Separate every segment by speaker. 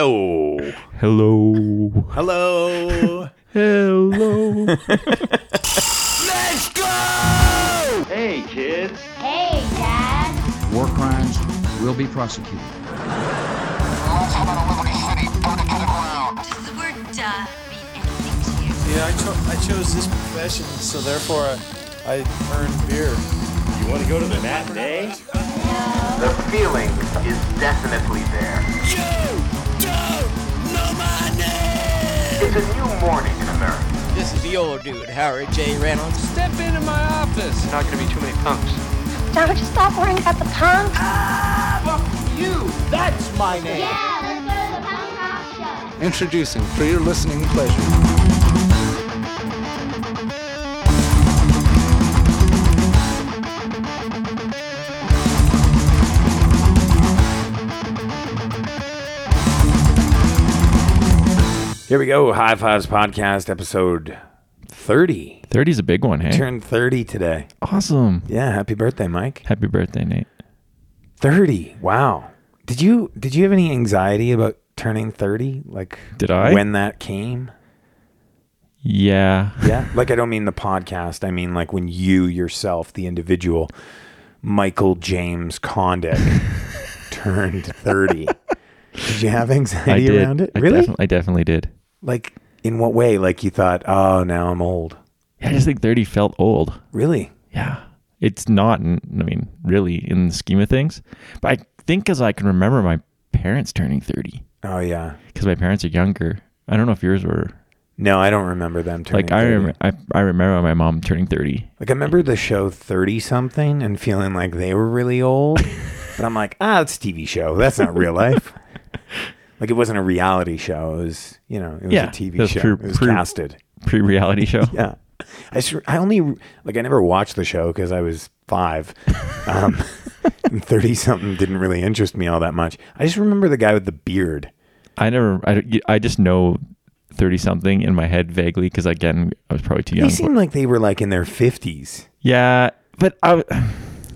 Speaker 1: Hello.
Speaker 2: Hello.
Speaker 1: Hello.
Speaker 2: Hello.
Speaker 1: Let's go.
Speaker 3: Hey, kids.
Speaker 4: Hey, Dad.
Speaker 5: War crimes will be prosecuted.
Speaker 4: Does the word duh mean anything to you?
Speaker 6: Yeah, I, cho- I chose this profession, so therefore I, I earn beer.
Speaker 3: You want to go to the matinee?
Speaker 7: The feeling is definitely there. You don't know my name! It's a new morning in America.
Speaker 8: This is the old dude, Howard J. Reynolds.
Speaker 4: Now would you stop worrying about the punk?
Speaker 8: That's my name.
Speaker 4: Yeah, let's go to the punk rock show.
Speaker 6: Introducing for your listening pleasure.
Speaker 1: Here we go. High Fives Podcast, episode 30.
Speaker 2: 30 is a big one, hey?
Speaker 1: Turned 30 today.
Speaker 2: Awesome.
Speaker 1: Yeah. Happy birthday, Mike.
Speaker 2: Happy birthday, Nate.
Speaker 1: 30. Wow. Did you did you have any anxiety about turning 30? Like
Speaker 2: Did I?
Speaker 1: When that came?
Speaker 2: Yeah.
Speaker 1: Yeah. like I don't mean the podcast. I mean like when you yourself, the individual, Michael James Condit, turned 30. Did you have
Speaker 2: I
Speaker 1: anxiety
Speaker 2: did.
Speaker 1: around it?
Speaker 2: I
Speaker 1: really?
Speaker 2: defi- I definitely did.
Speaker 1: Like in what way? Like you thought, oh, now I'm old.
Speaker 2: I just think 30 felt old.
Speaker 1: Really?
Speaker 2: Yeah. It's not, n- I mean, really in the scheme of things. But I think as I can remember my parents turning 30
Speaker 1: Oh yeah.
Speaker 2: because my parents are younger. I don't know if yours were.
Speaker 1: No, I don't remember them turning.
Speaker 2: Like, I,
Speaker 1: 30.
Speaker 2: rem- I, I remember my mom turning 30.
Speaker 1: Like I remember the show Thirty Something and feeling like they were really old, but I'm like, ah, it's a TV show. That's not real life. like it wasn't a reality show. It was, you know, it was
Speaker 2: Yeah,
Speaker 1: a TV
Speaker 2: it was
Speaker 1: show.
Speaker 2: pre-
Speaker 1: it was
Speaker 2: pre-
Speaker 1: casted.
Speaker 2: Pre reality show.
Speaker 1: Yeah. I, sur- I only like I never watched the show because I was five, um, and thirty something didn't really interest me all that much. I just remember the guy with the beard.
Speaker 2: I never, I, don't- I just know 30 something in my head vaguely because, again, I was probably too young.
Speaker 1: They seemed like they were like in their fifties.
Speaker 2: Yeah, but I. w-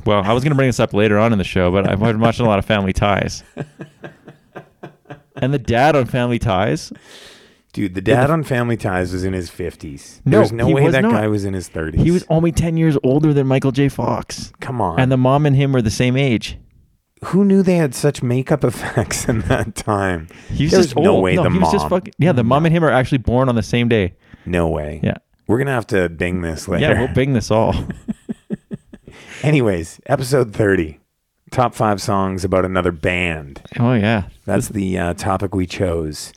Speaker 2: Well, I was going to bring this up later on in the show, but I've been watching a lot of Family Ties. And the dad on Family Ties,
Speaker 1: Dude, the dad on Family Ties was in his fifties.
Speaker 2: No,
Speaker 1: There's no
Speaker 2: he
Speaker 1: way
Speaker 2: was
Speaker 1: that
Speaker 2: not.
Speaker 1: guy was in his thirties.
Speaker 2: he was only 10 years older than Michael J. Fox.
Speaker 1: Come on.
Speaker 2: And the mom and him were the same age.
Speaker 1: who knew they had such makeup effects in that time?
Speaker 2: He was
Speaker 1: There's
Speaker 2: just
Speaker 1: no
Speaker 2: old.
Speaker 1: way the
Speaker 2: he
Speaker 1: mom.
Speaker 2: was just fucking, yeah, the mom and him are actually born on the same day.
Speaker 1: no way.
Speaker 2: Yeah.
Speaker 1: We're gonna have to bing this later.
Speaker 2: Yeah, we'll bing this all.
Speaker 1: Anyways, episode thirty, top five songs about another band.
Speaker 2: Oh, yeah.
Speaker 1: That's the uh, topic we chose.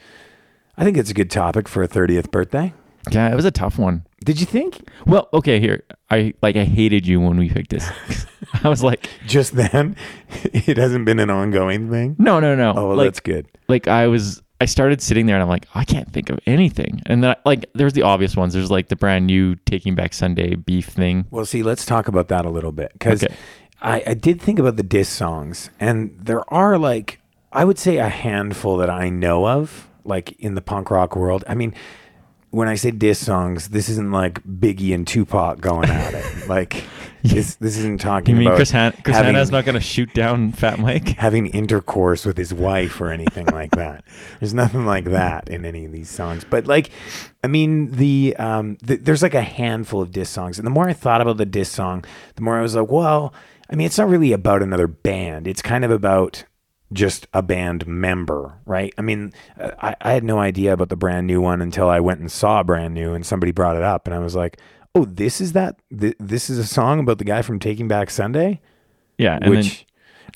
Speaker 1: I think it's a good topic for a thirtieth birthday.
Speaker 2: Yeah, it was a tough one.
Speaker 1: Did you think
Speaker 2: Well, okay, here. I like I hated you when we picked this. I was like,
Speaker 1: just then it hasn't been an ongoing thing?
Speaker 2: no, no, no.
Speaker 1: Oh, well,
Speaker 2: like,
Speaker 1: that's good.
Speaker 2: like I was I started sitting there and I'm like I can't think of anything. And then I, like there's the obvious ones. There's like the brand new Taking Back Sunday beef thing.
Speaker 1: Well, see, let's talk about that a little bit because
Speaker 2: Okay.
Speaker 1: I, I did think about the diss songs, and there are like I would say a handful that I know of, like in the punk rock world. I mean, when I say diss songs, this isn't like Biggie and Tupac going at it. like this, this isn't talking
Speaker 2: You mean
Speaker 1: about
Speaker 2: Chris, Han- Chris
Speaker 1: having,
Speaker 2: Hanna's not going to shoot down Fat Mike?
Speaker 1: having intercourse with his wife or anything like that. There's nothing like that in any of these songs. But like, I mean, the, um, th there's like a handful of diss songs, and the more I thought about the diss song, the more I was like, well, I mean, it's not really about another band. It's kind of about just a band member, right? I mean, uh, I, I had no idea about the brand new one until I went and saw brand new, and somebody brought it up, and I was like. Oh, this is that. Th- this is a song about the guy from Taking Back Sunday
Speaker 2: Yeah, and
Speaker 1: which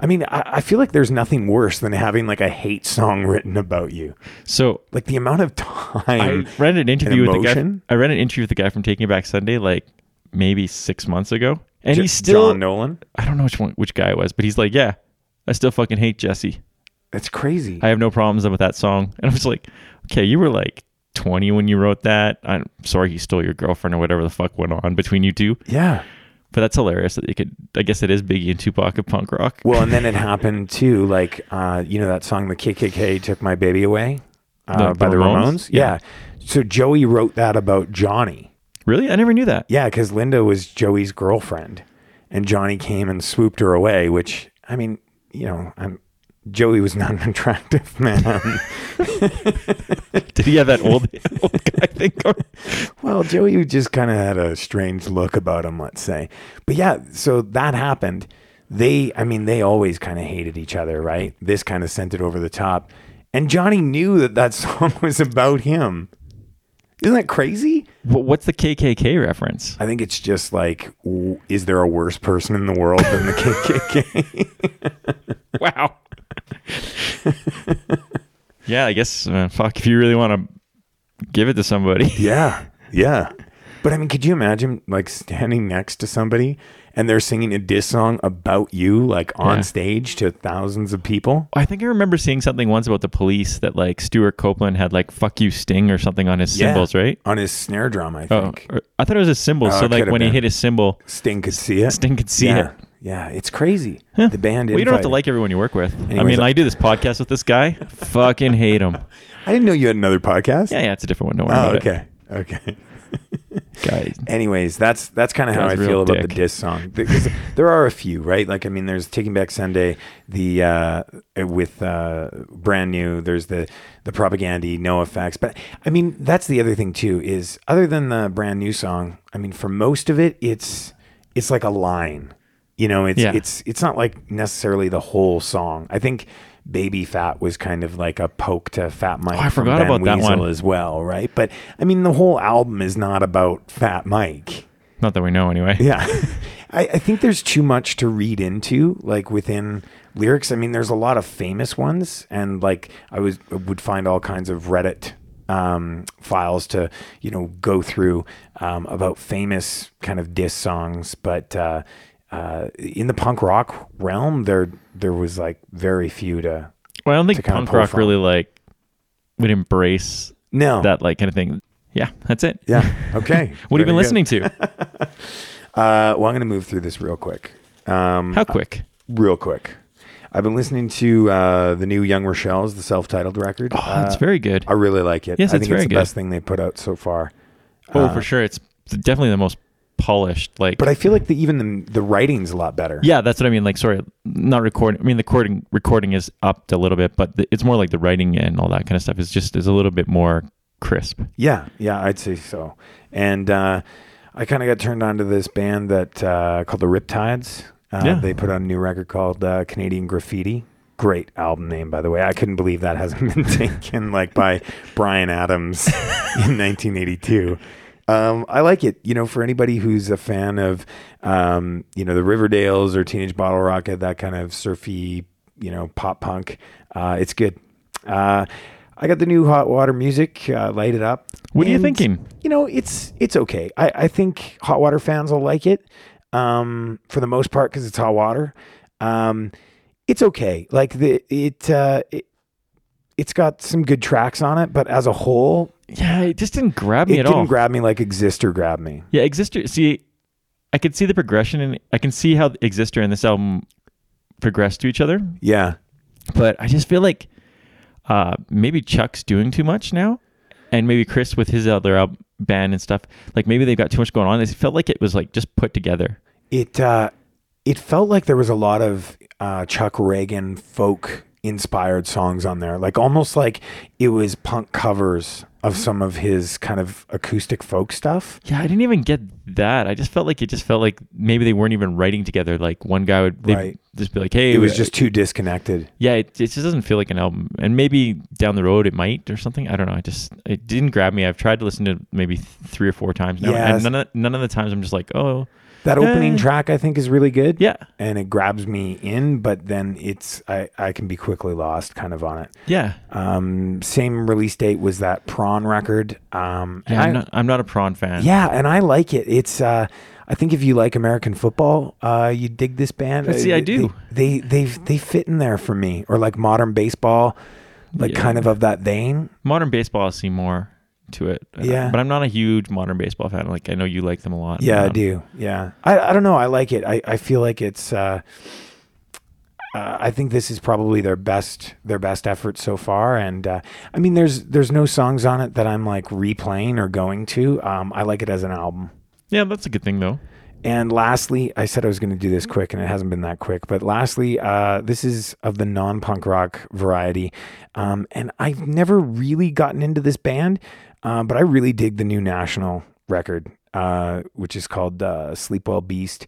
Speaker 1: I mean, I, I feel like there's nothing worse than having like a hate song written about you.
Speaker 2: then so
Speaker 1: Like the amount of
Speaker 2: I
Speaker 1: time.
Speaker 2: read an interview with the guy.
Speaker 1: emotion?
Speaker 2: I read an interview with the guy from Taking Back Sunday like maybe six months ago, and
Speaker 1: J-
Speaker 2: he's still
Speaker 1: John Nolan.
Speaker 2: I don't know which one which guy it was, but he's like, yeah, I still fucking hate Jesse.
Speaker 1: That's crazy.
Speaker 2: I have no problems with that song. And I was like, okay, you were like 20 when you wrote that. I'm sorry he stole your girlfriend or whatever the fuck went on between you two.
Speaker 1: yeah.
Speaker 2: But that's hilarious that they could. I guess it is Biggie and Tupac of punk rock.
Speaker 1: Well, and then it happened too. Like, uh, you know that song, "The KKK Took My Baby Away," uh,
Speaker 2: The-
Speaker 1: by
Speaker 2: the
Speaker 1: the
Speaker 2: Ramones?
Speaker 1: Ramones. Yeah. So Joey wrote that about Johnny.
Speaker 2: really, I never knew that.
Speaker 1: Yeah, because Linda was Joey's girlfriend, and Johnny came and swooped her away. Which I mean, you know, I'm Joey was not an attractive man.
Speaker 2: Did he have that old, old guy thing going?
Speaker 1: Well, Joey just kind of had a strange look about him, let's say. But yeah, so that happened. They, I mean, they always kind of hated each other, right? This kind of sent it over the top. And Johnny knew that that song was about him. Isn't that crazy?
Speaker 2: Wh- What's the KKK reference?
Speaker 1: I think it's just like, w- is there a worse person in the world than the KKK?
Speaker 2: Wow. yeah, I guess, uh, fuck, if you really want to give it to somebody.
Speaker 1: yeah, yeah. But I mean, could you imagine like standing next to somebody and they're singing a diss song about you, like on
Speaker 2: Yeah.
Speaker 1: stage to thousands of people?
Speaker 2: I think I remember seeing something once about the police that like Stuart Copeland had like fuck you Sting or something on his
Speaker 1: Yeah.
Speaker 2: cymbals, right?
Speaker 1: On his snare drum, I
Speaker 2: Oh,
Speaker 1: think.
Speaker 2: or- I thought it was his cymbal.
Speaker 1: Oh,
Speaker 2: so
Speaker 1: it
Speaker 2: like
Speaker 1: could've
Speaker 2: when he
Speaker 1: been.
Speaker 2: hit his cymbal,
Speaker 1: Sting could see it.
Speaker 2: Sting could see
Speaker 1: yeah.
Speaker 2: it.
Speaker 1: Yeah, it's crazy. The band.
Speaker 2: Well, you don't have to
Speaker 1: infighting.
Speaker 2: like everyone you work with. I
Speaker 1: Anyways, uh,
Speaker 2: mean,
Speaker 1: I-
Speaker 2: I do this podcast with this guy. Fucking hate him.
Speaker 1: I didn't know you had another podcast.
Speaker 2: Yeah, yeah, it's a different one. Don't worry
Speaker 1: Oh,
Speaker 2: about it.
Speaker 1: okay. Okay.
Speaker 2: Guy.
Speaker 1: Anyways, that's that's kind of how I
Speaker 2: Guy's a
Speaker 1: feel
Speaker 2: real
Speaker 1: about the
Speaker 2: dick.
Speaker 1: diss song. Because there are a few, right? Like I mean, there's Taking Back Sunday, the uh, with uh, brand new. There's the the propaganda, no effects. But I mean, that's the other thing too. Is other than the brand new song, I mean, for most of it, it's it's like a line. You know, it's
Speaker 2: Yeah.
Speaker 1: it's it's not like necessarily the whole song. I think Baby Fat was kind of like a poke to Fat Mike.
Speaker 2: Oh, I
Speaker 1: from
Speaker 2: forgot
Speaker 1: Van
Speaker 2: about that
Speaker 1: Weasel
Speaker 2: one.
Speaker 1: as well, right? But I mean, the whole album is not about Fat Mike.
Speaker 2: Not that we know anyway.
Speaker 1: Yeah. I, I think there's too much to read into, like within lyrics. I mean, there's a lot of famous ones, and like I was would find all kinds of Reddit um, files to you know go through um, about famous kind of diss songs, but uh, uh, in the punk rock realm, there there was like very few to
Speaker 2: Well, I don't
Speaker 1: To
Speaker 2: think
Speaker 1: kinda
Speaker 2: punk
Speaker 1: pull
Speaker 2: rock
Speaker 1: from.
Speaker 2: really like would embrace
Speaker 1: no
Speaker 2: that like kind of thing. Yeah, that's it.
Speaker 1: Oh. yeah okay.
Speaker 2: What have you
Speaker 1: Very good.
Speaker 2: been listening to?
Speaker 1: Uh, well, I'm gonna move through this real quick. Um,
Speaker 2: How quick?
Speaker 1: real quick. I've been listening to uh, the new Young Rochelle's, the self-titled record. Uh,
Speaker 2: Oh, that's very good.
Speaker 1: I really like it.
Speaker 2: Yes,
Speaker 1: I
Speaker 2: it's
Speaker 1: think
Speaker 2: very
Speaker 1: it's the
Speaker 2: good.
Speaker 1: best thing they put out so far.
Speaker 2: oh, for sure. It's definitely the most polished. Like,
Speaker 1: uh, But I feel like the, even the, the writing's a lot better.
Speaker 2: yeah, that's what I mean. Like, sorry, not recording. I mean, the recording recording is upped a little bit, but the, it's more like the writing and all that kind of stuff is just is a little bit more crisp.
Speaker 1: yeah, yeah, I'd say so. And uh, I kind of got turned on to this band that uh, called the Riptides. Uh,
Speaker 2: Yeah.
Speaker 1: They put out a new record called uh, Canadian Graffiti. Great album name, by the way. I couldn't believe that hasn't been taken like by Brian Adams in 1982. Um, I like it. You know, for anybody who's a fan of, um, you know, the Riverdales or Teenage Bottle Rocket, that kind of surfy, you know, pop punk, uh, it's good. Uh, I got the new Hot Water Music, uh, Light It Up.
Speaker 2: What are you
Speaker 1: And,
Speaker 2: thinking?
Speaker 1: You know, it's it's okay. I, I think Hot Water fans will like it um, for the most part because it's hot water. Um, it's okay. Like the it, uh, it it's got some good tracks on it, but as a whole,
Speaker 2: Yeah, it just didn't grab me
Speaker 1: it
Speaker 2: at
Speaker 1: didn't
Speaker 2: all.
Speaker 1: grab me like Exister grabbed me.
Speaker 2: yeah, Exister. See, I could see the progression, and I can see how Exister and this album progressed to each other.
Speaker 1: Yeah.
Speaker 2: but I just feel like uh, maybe Chuck's doing too much now, and maybe Chris with his other al- band and stuff. Like maybe they've got too much going on. It felt like it was like just put together.
Speaker 1: it uh, it felt like there was a lot of uh, Chuck Reagan folk inspired songs on there, like almost like it was punk covers
Speaker 2: Mm-hmm.
Speaker 1: of some of his kind of acoustic folk stuff.
Speaker 2: Yeah, I didn't even get that. I just felt like it just felt like maybe they weren't even writing together. Like one guy would they'd
Speaker 1: Right.
Speaker 2: just be like, "Hey,
Speaker 1: It was
Speaker 2: uh,
Speaker 1: just too disconnected.
Speaker 2: yeah." It, it just doesn't feel like an album. And maybe down the road it might or something. I don't know. I just it didn't grab me. I've tried to listen to maybe th- three or four times now,
Speaker 1: Yes.
Speaker 2: and none of, none of the times I'm just like, "Oh,
Speaker 1: That opening
Speaker 2: Eh.
Speaker 1: track I think is really good.
Speaker 2: Yeah.
Speaker 1: and it grabs me in, but then it's I I can be quickly lost kind of on it.
Speaker 2: yeah."
Speaker 1: Um, same release date was that Prawn record. Um, and
Speaker 2: Yeah,
Speaker 1: I-
Speaker 2: I'm not, I'm not a prawn fan.
Speaker 1: Yeah, and I like it. It's uh I think if you like American football, uh you dig this band.
Speaker 2: But see,
Speaker 1: Uh,
Speaker 2: I
Speaker 1: they-
Speaker 2: do.
Speaker 1: They they they fit in there for me or like modern baseball like
Speaker 2: Yeah.
Speaker 1: kind of of that vein.
Speaker 2: modern baseball I see more to it. Uh,
Speaker 1: Yeah.
Speaker 2: But I'm not a huge modern baseball fan. Like I know you like them a lot.
Speaker 1: Yeah, I
Speaker 2: Um,
Speaker 1: do. Yeah. I I don't know, I like it. I I feel like it's uh uh, I think this is probably their best their best effort so far, and uh, I mean, there's there's no songs on it that I'm like replaying or going to. Um, I like it as an album.
Speaker 2: Yeah, that's a good thing though.
Speaker 1: And lastly, I said I was going to do this quick, and it hasn't been that quick. But lastly, uh, this is of the non punk rock variety. Um, and I've never really gotten into this band, uh, but I really dig the new National record, uh, which is called uh, Sleep Well Beast.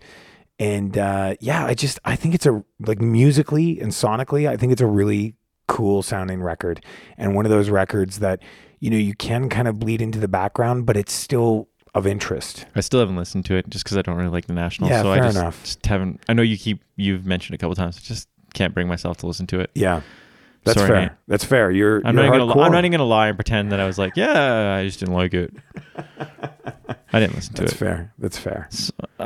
Speaker 1: And uh, yeah, I just, I think it's a, like musically and sonically, I think it's a really cool sounding record. And one of those records that, you know, you can kind of bleed into the background, but it's still of interest.
Speaker 2: I still haven't listened to it just because I don't really like the National.
Speaker 1: Yeah,
Speaker 2: so
Speaker 1: fair
Speaker 2: I just,
Speaker 1: enough.
Speaker 2: just haven't. I know you keep you've mentioned a couple times. I just can't bring myself to listen to it.
Speaker 1: Yeah. That's
Speaker 2: Sorry,
Speaker 1: fair.
Speaker 2: mate.
Speaker 1: That's fair. You're,
Speaker 2: I'm
Speaker 1: you're
Speaker 2: not, even gonna, li-
Speaker 1: hardcore.
Speaker 2: I'm not even gonna lie and pretend that I was like, yeah, I just didn't like it. I didn't listen to
Speaker 1: That's
Speaker 2: it.
Speaker 1: fair. That's fair. So
Speaker 2: Uh,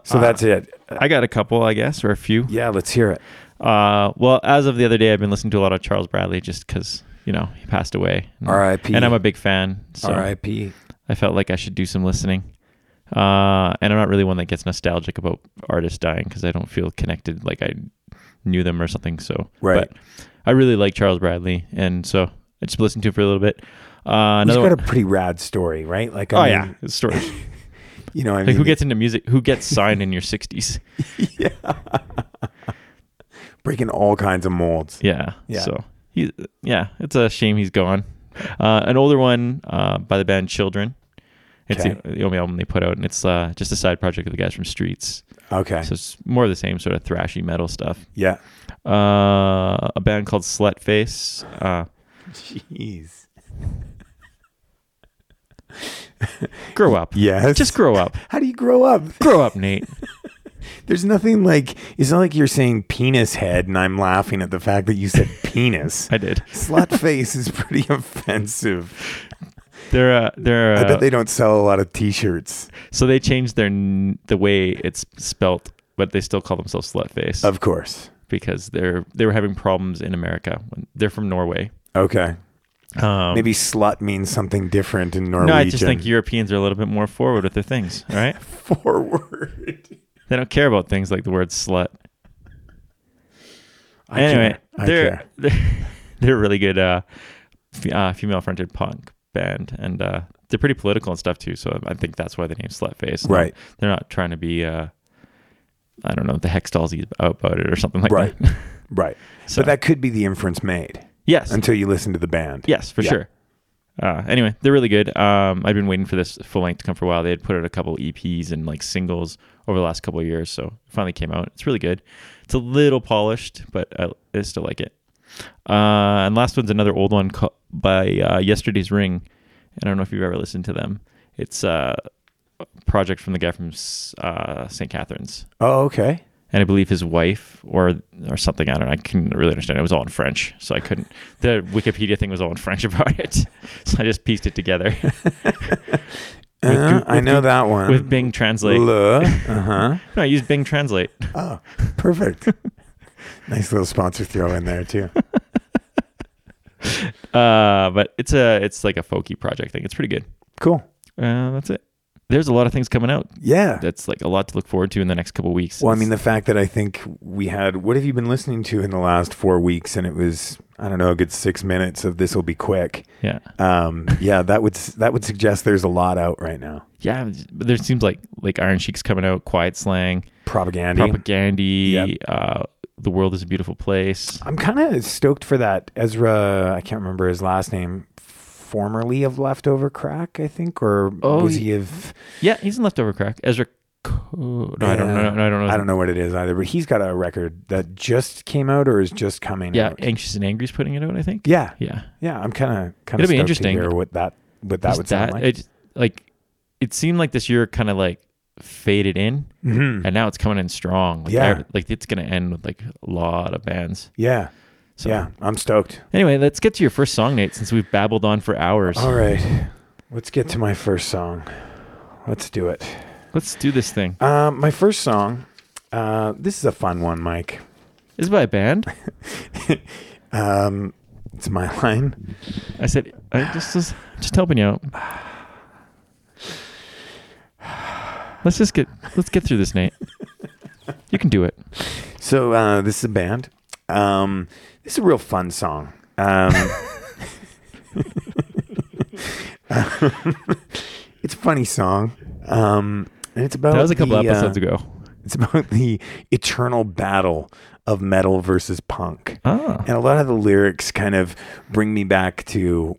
Speaker 2: uh,
Speaker 1: that's it. Uh,
Speaker 2: I got a couple, I guess, or a few.
Speaker 1: yeah, let's hear it.
Speaker 2: Uh, well, as of the other day, I've been listening to a lot of Charles Bradley just because you know he passed away. And-
Speaker 1: R.I.P..
Speaker 2: Mm. And I'm a big fan, so
Speaker 1: R.I.P.
Speaker 2: I felt like I should do some listening. Uh, and I'm not really one that gets nostalgic about artists dying because I don't feel connected like I knew them or something. So,
Speaker 1: Right.
Speaker 2: But I really like Charles Bradley, and so I just listened to him for a little bit. Uh,
Speaker 1: He's
Speaker 2: another
Speaker 1: got a
Speaker 2: one-
Speaker 1: pretty rad story, right? Like,
Speaker 2: oh
Speaker 1: I
Speaker 2: yeah,
Speaker 1: mean,
Speaker 2: his story.
Speaker 1: you know, I
Speaker 2: like
Speaker 1: mean,
Speaker 2: who gets into music? Who gets signed in your 60s?
Speaker 1: breaking all kinds of molds.
Speaker 2: Yeah.
Speaker 1: Yeah.
Speaker 2: So he, yeah, it's a shame he's gone. Uh, an older one uh, by the band Children. It's the,
Speaker 1: Okay.
Speaker 2: the only album they put out, and it's uh, just a side project of the guys from Streets.
Speaker 1: Okay.
Speaker 2: So it's more of the same sort of thrashy metal stuff.
Speaker 1: yeah.
Speaker 2: Uh, a band called Slutface. Uh,
Speaker 1: Jeez.
Speaker 2: grow up.
Speaker 1: Yes.
Speaker 2: Just grow up.
Speaker 1: How do you grow up?
Speaker 2: Grow up, Nate.
Speaker 1: There's nothing like, it's not like you're saying penis head and I'm laughing at the fact that you said penis.
Speaker 2: I did.
Speaker 1: Slut face is pretty offensive.
Speaker 2: They're uh, they're
Speaker 1: I
Speaker 2: uh,
Speaker 1: bet they don't sell a lot of t shirts.
Speaker 2: so they changed their n- the way it's spelt, but they still call themselves Slutface
Speaker 1: Of course.
Speaker 2: because they're they were having problems in America. When, they're from Norway.
Speaker 1: Okay.
Speaker 2: Um,
Speaker 1: Maybe slut means something different in Norwegian.
Speaker 2: No, I just think Europeans are a little bit more forward with their things. All right,
Speaker 1: forward.
Speaker 2: they don't care about things like the word slut.
Speaker 1: I
Speaker 2: anyway,
Speaker 1: care. I
Speaker 2: they're,
Speaker 1: care.
Speaker 2: they're they're a really good uh, f- uh, female fronted punk band, and uh, they're pretty political and stuff too. So I think that's why the name Slutface.
Speaker 1: Right.
Speaker 2: They're not trying to be uh, I don't know the Hextalsies about it or something like
Speaker 1: Right.
Speaker 2: that.
Speaker 1: Right.
Speaker 2: So-
Speaker 1: But that could be the inference made
Speaker 2: yes.
Speaker 1: until you listen to the band.
Speaker 2: Yes, for
Speaker 1: Yeah.
Speaker 2: sure. Uh, anyway, they're really good. Um, I've been waiting for this full length to come for a while. They had put out a couple EPs and like singles over the last couple of years, so it finally came out. It's really good. It's a little polished, but I, I still like it. Uh, and last one's another old one ca- by uh, Yesterday's Ring. I don't know if you've ever listened to them. It's uh, a project from the guy from S- uh, St. Catharines,
Speaker 1: Oh, okay.
Speaker 2: and I believe his wife or or something. I don't. know. I couldn't really understand. It was all in French, so I couldn't. The Wikipedia thing was all in French about it, so I just pieced it together
Speaker 1: Uh,
Speaker 2: Goo-
Speaker 1: I
Speaker 2: with
Speaker 1: know
Speaker 2: Goo-
Speaker 1: that one.
Speaker 2: with Bing Translate.
Speaker 1: Le. Uh huh.
Speaker 2: No, I used Bing Translate.
Speaker 1: Oh, perfect. nice little sponsor throw in there too.
Speaker 2: Uh, but it's a it's like a folky project thing. It's pretty good.
Speaker 1: Cool.
Speaker 2: Uh, that's it. There's a lot of things coming out.
Speaker 1: Yeah.
Speaker 2: That's like a lot to look forward to in the next couple weeks.
Speaker 1: Well, I mean, the fact that I think we had what have you been listening to in the last four weeks, and it was I don't know a good six minutes of this will be quick.
Speaker 2: yeah,
Speaker 1: Um, yeah, that would s- that would suggest there's a lot out right now.
Speaker 2: yeah. But there seems like like Iron Sheik's coming out, Quiet Slang,
Speaker 1: Propaganda.
Speaker 2: Propagandy,
Speaker 1: Yep.
Speaker 2: uh, The World Is a Beautiful Place.
Speaker 1: I'm kind of stoked for that Ezra. I can't remember his last name. Formerly of Leftover Crack, I think, or
Speaker 2: Oh,
Speaker 1: was
Speaker 2: y-
Speaker 1: he of?
Speaker 2: Yeah, he's in Leftover Crack. Ezra. Co- no, I don't know. No, I don't know.
Speaker 1: I don't know what it is either. But he's got a record that just came out or is just coming
Speaker 2: Yeah,
Speaker 1: out.
Speaker 2: Anxious and Angry's putting it out. I think.
Speaker 1: Yeah,
Speaker 2: Yeah.
Speaker 1: yeah. I'm kind of kind
Speaker 2: It'll be
Speaker 1: of stoked
Speaker 2: interesting.
Speaker 1: to hear what that what that
Speaker 2: Just
Speaker 1: would sound like.
Speaker 2: It, like, it seemed like this year kind of like faded in,
Speaker 1: Mhm.
Speaker 2: and now it's coming in strong. Like,
Speaker 1: Yeah.
Speaker 2: I- like it's gonna end with like a lot of bands.
Speaker 1: Yeah,
Speaker 2: So
Speaker 1: yeah. I'm stoked.
Speaker 2: Anyway, let's get to your first song, Nate, since we've babbled on for hours.
Speaker 1: All right, let's get to my first song. Let's do it.
Speaker 2: Let's do this thing.
Speaker 1: Uh, my first song. Uh, this is a fun one, Mike.
Speaker 2: This is by a band.
Speaker 1: Um, it's my line.
Speaker 2: I said, I just was just helping you out. Let's just get let's get through this, Nate. You can do it.
Speaker 1: So uh, this is a band. Um, this is a real fun song. Um, it's a funny song. Um, and it's about
Speaker 2: That was a couple
Speaker 1: the, uh,
Speaker 2: episodes ago.
Speaker 1: It's about the eternal battle of metal versus punk.
Speaker 2: Ah,
Speaker 1: And a lot of the lyrics kind of bring me back to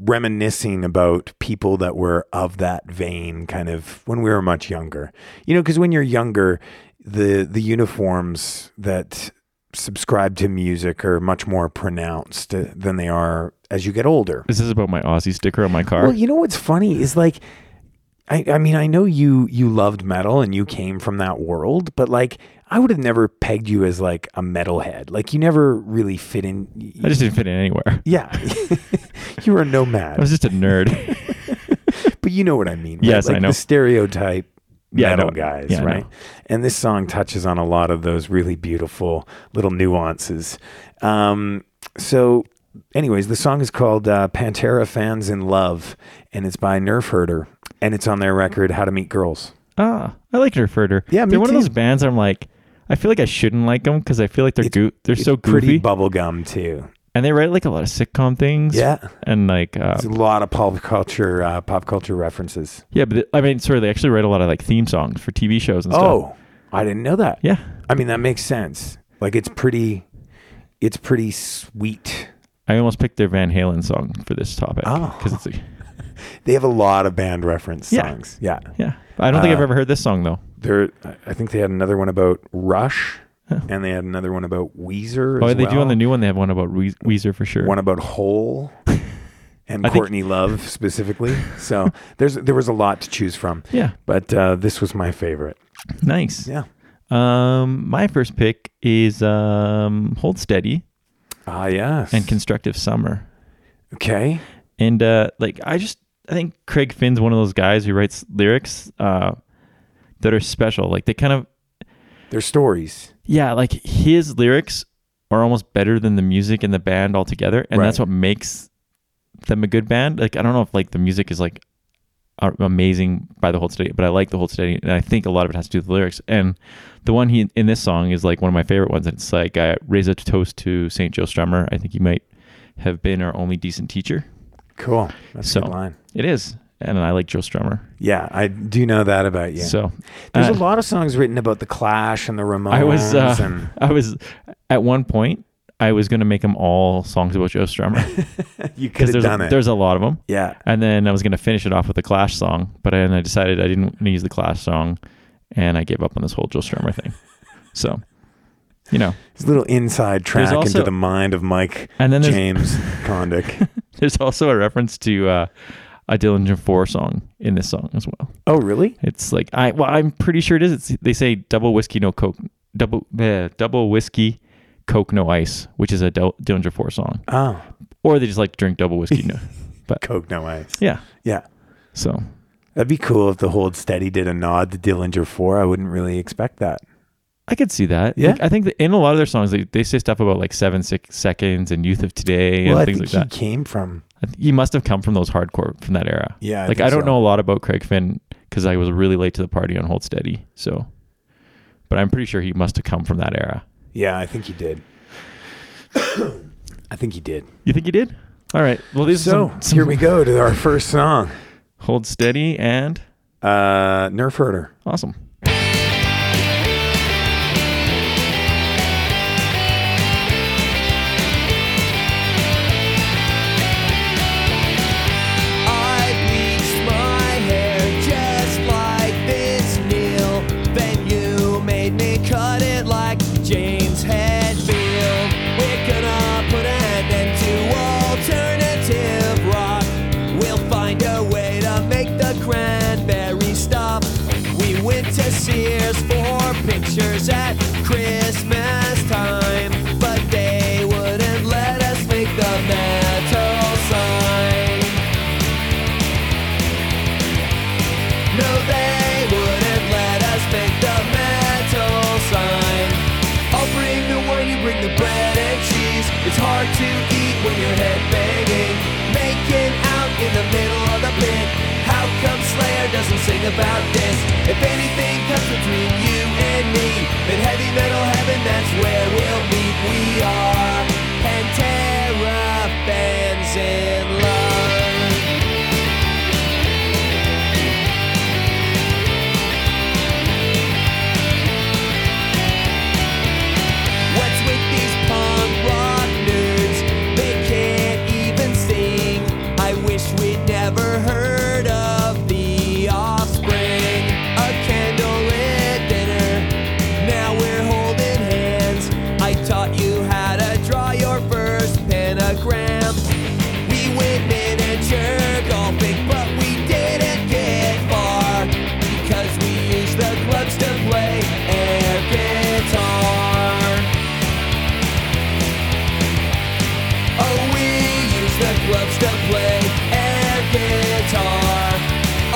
Speaker 1: reminiscing about people that were of that vein kind of when we were much younger. You know, because when you're younger, the the uniforms that subscribe to music are much more pronounced uh, than they are as you get older.
Speaker 2: is this about my Aussie sticker on my car?
Speaker 1: Well, you know what's funny is like, I, I mean, I know you you loved metal and you came from that world, but like, I would have never pegged you as like a metalhead. Like, you never really fit in.
Speaker 2: I just didn't fit in anywhere.
Speaker 1: yeah, you were a
Speaker 2: I was
Speaker 1: nomad,
Speaker 2: just a nerd.
Speaker 1: but you know what I mean. right?
Speaker 2: Yes, I
Speaker 1: like
Speaker 2: know.
Speaker 1: The stereotype
Speaker 2: Yeah, I
Speaker 1: metal
Speaker 2: know.
Speaker 1: guys,
Speaker 2: Yeah, I
Speaker 1: right?
Speaker 2: know.
Speaker 1: And this song touches on a lot of those really beautiful little nuances. Um, so. Anyways, the song is called uh, Pantera Fans in Love, and it's by Nerf Herder, and it's on their record How to Meet Girls.
Speaker 2: Ah, I like Nerf Herder.
Speaker 1: Yeah, me
Speaker 2: they're one of those
Speaker 1: too.
Speaker 2: bands. I'm like, I feel like I shouldn't like them because I feel like they're
Speaker 1: It's-
Speaker 2: goo they're
Speaker 1: It's
Speaker 2: so
Speaker 1: pretty
Speaker 2: goofy,
Speaker 1: bubblegum too.
Speaker 2: and they write like a lot of sitcom things.
Speaker 1: Yeah,
Speaker 2: and like uh,
Speaker 1: there's a lot of pop culture, uh, pop culture references.
Speaker 2: yeah, but th- I mean, sorry, they actually write a lot of like theme songs for TV shows and stuff.
Speaker 1: Oh, I didn't know that.
Speaker 2: yeah,
Speaker 1: I mean that makes sense. Like it's pretty, it's pretty sweet.
Speaker 2: I almost picked their Van Halen song for this topic
Speaker 1: Oh.
Speaker 2: because it's like,
Speaker 1: They have a lot of band reference
Speaker 2: Yeah.
Speaker 1: songs. Yeah,
Speaker 2: yeah. I don't think I've
Speaker 1: Uh,
Speaker 2: ever heard this song though.
Speaker 1: They're, I- I think they had another one about Rush,
Speaker 2: Huh.
Speaker 1: and they had another one about Weezer.
Speaker 2: Oh,
Speaker 1: as
Speaker 2: they do
Speaker 1: well.
Speaker 2: on the new one. They have one about Wee- Weezer for sure.
Speaker 1: one about Hole. And
Speaker 2: I think-
Speaker 1: Courtney Love specifically, so there's there was a lot to choose from,
Speaker 2: yeah,
Speaker 1: but uh, this was my favorite.
Speaker 2: nice.
Speaker 1: Yeah,
Speaker 2: Um, my first pick is um, Hold Steady
Speaker 1: ah, yes,
Speaker 2: and Constructive Summer.
Speaker 1: okay,
Speaker 2: And uh, like I just I think Craig Finn's one of those guys who writes lyrics uh, that are special. Like they kind of
Speaker 1: They're stories.
Speaker 2: yeah, like his lyrics are almost better than the music and the band altogether, and
Speaker 1: Right.
Speaker 2: that's what makes them a good band. Like I don't know if like the music is like a- amazing by the whole steady, but I like the whole steady, and I think a lot of it has to do with the lyrics. And the one he in this song is like one of my favorite ones. It's like I raise a toast to St. Joe Strummer. I think he might have been our only decent teacher.
Speaker 1: Cool. That's
Speaker 2: So-
Speaker 1: a good line.
Speaker 2: It is. And I like Joe Strummer.
Speaker 1: Yeah, I do know that about you.
Speaker 2: So
Speaker 1: There's
Speaker 2: uh,
Speaker 1: a lot of songs written about the Clash and the Ramones.
Speaker 2: I was uh,
Speaker 1: and
Speaker 2: I was at one point I was going to make them all songs about Joe Strummer
Speaker 1: you could
Speaker 2: because
Speaker 1: have
Speaker 2: there's
Speaker 1: done it.
Speaker 2: there's a lot of them.
Speaker 1: yeah,
Speaker 2: And then I was going to finish it off with a Clash song, but then I decided I didn't want to use the Clash song, and I gave up on this whole Joe Strummer thing. So, you know,
Speaker 1: it's a little inside track
Speaker 2: also-
Speaker 1: into the mind of Mike
Speaker 2: and then there's
Speaker 1: James Condick.
Speaker 2: there's also a reference to uh, a Dillinger Four song in this song as well.
Speaker 1: Oh, really?
Speaker 2: It's like I well, I'm pretty sure it is. It's, they say double whiskey, no coke, double eh, double whiskey, coke, no ice, which is a Del- Dillinger Four song,
Speaker 1: Oh,
Speaker 2: or they just like to drink double whiskey. No,
Speaker 1: Coke No Ice.
Speaker 2: yeah.
Speaker 1: Yeah.
Speaker 2: So
Speaker 1: That'd be cool if the Hold Steady did a nod to Dillinger 4. I wouldn't really expect that.
Speaker 2: I could see that.
Speaker 1: Yeah.
Speaker 2: Like, I think that in a lot of their songs, they, they say stuff about like seven six seconds and youth of today and
Speaker 1: well, I
Speaker 2: things
Speaker 1: think
Speaker 2: like
Speaker 1: he
Speaker 2: that.
Speaker 1: came from.
Speaker 2: I think he must have come from those hardcore from that era.
Speaker 1: Yeah, I
Speaker 2: like
Speaker 1: think
Speaker 2: I don't
Speaker 1: so.
Speaker 2: know a lot about Craig Finn because I was really late to the party on Hold Steady. So, but I'm pretty sure he must have come from that era.
Speaker 1: Yeah, I think he did. I think he did.
Speaker 2: You think he did? All right. Well, these
Speaker 1: So
Speaker 2: are some, some
Speaker 1: here we go to our first song
Speaker 2: Hold steady and
Speaker 1: uh, Nerf Herder.
Speaker 2: awesome.
Speaker 8: I bleached my hair just like this, Neil. Then you made me cut it like James Hetfield. We're gonna put an end to alternative rock. We'll find a way to make the cranberry stop. We went to Sears for pictures at Christmas time, but they wouldn't let us make the metal sign. No, they wouldn't let us make the metal sign. I'll bring the wine, you bring the bread and cheese. It's hard to eat when you're head banging. Making out in the middle of the pit. How come Slayer doesn't sing about this? If anything comes between you and me, then heavy metal heaven, that's where we'll meet. We are Pantera fans in love. Oh, loves to play air guitar.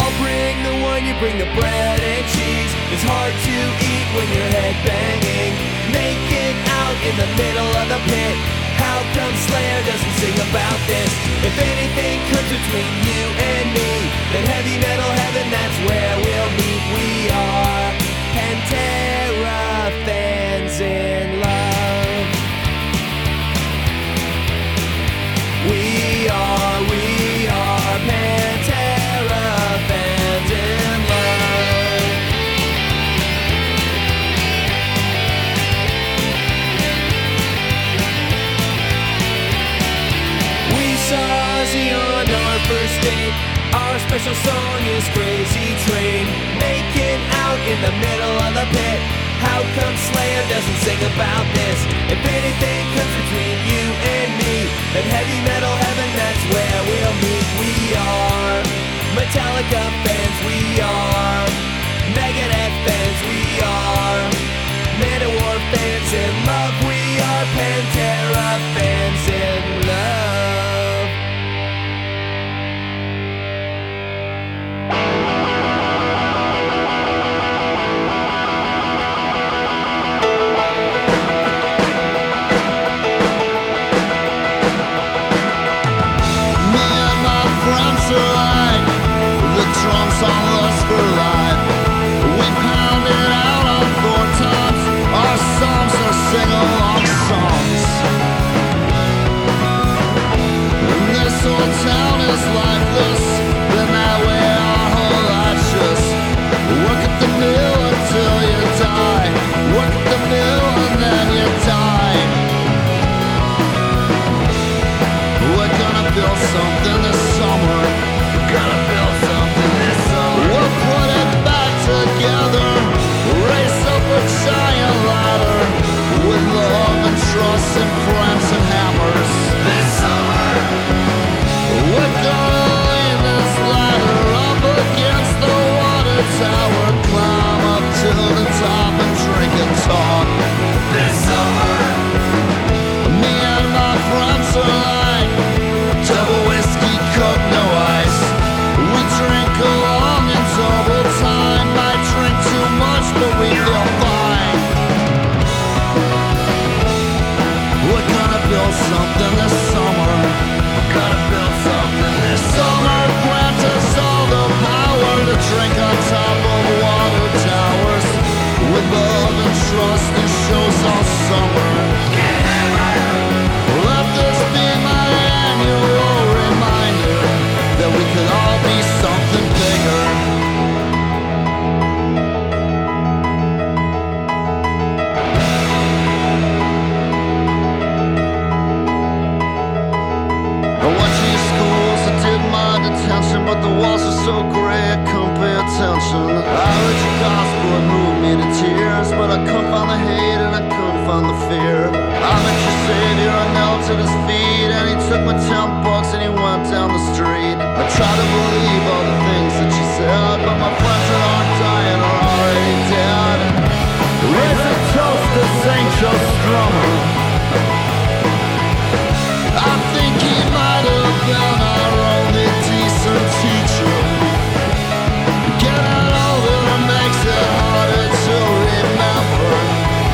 Speaker 8: I'll bring the wine, you bring the bread and cheese. It's hard to eat when you're headbanging. Make it out in the middle of the pit. How come Slayer doesn't sing about this? If anything comes between you and me, then heavy metal heaven, that's where we'll meet. We are Pantera fans in love. We are, we are Pantera fans in love. We saw Ozzy on our first date. Our special song is Crazy Train. Making out in the middle of the pit. How come Slayer doesn't sing about this? If anything comes between you and me, then heavy metal heaven, that's where we'll meet. We are Metallica fans, we are Megadeth fans, we are Manowar fans in love, we are Pantera fans in love.
Speaker 9: Me and my friends alike, the drums on us for life. We pound it out on four times. Our songs are sing-along songs. And this whole town is lifeless. Been that way our whole lives. Just work at the mill until you die. Work at the mill and then you die. We're gonna build something this summer. Gonna build something this summer. We'll put it back together. Race up a giant ladder. With love and trust and cramps and hammers. This summer. We're gonna lean this ladder up against the water tower. Climb up to the top and drink and talk. This summer. Me and my friends alike Double whiskey, coke, no ice We drink along in double time Might drink too much, but we feel fine We're gonna build something this summer Gonna build something this summer Grant us all the power to drink on top of water towers With love and trust and shows all summer let this be my annual reminder that we could all be something bigger. I went to your schools, I did my detention, but the walls are so gray I couldn't pay attention. I heard your gospel, it moved me to tears, but I couldn't find the hate and I couldn't find the fear. I met your savior, I knelt at his feet, and he took my ten bucks and he went down the street. I tried to believe all the things that you said, but my friends that aren't dying are already dead. Raise a toast to St. Joe Strummer. I think he might have been our only decent teacher. Getting older makes it harder to remember.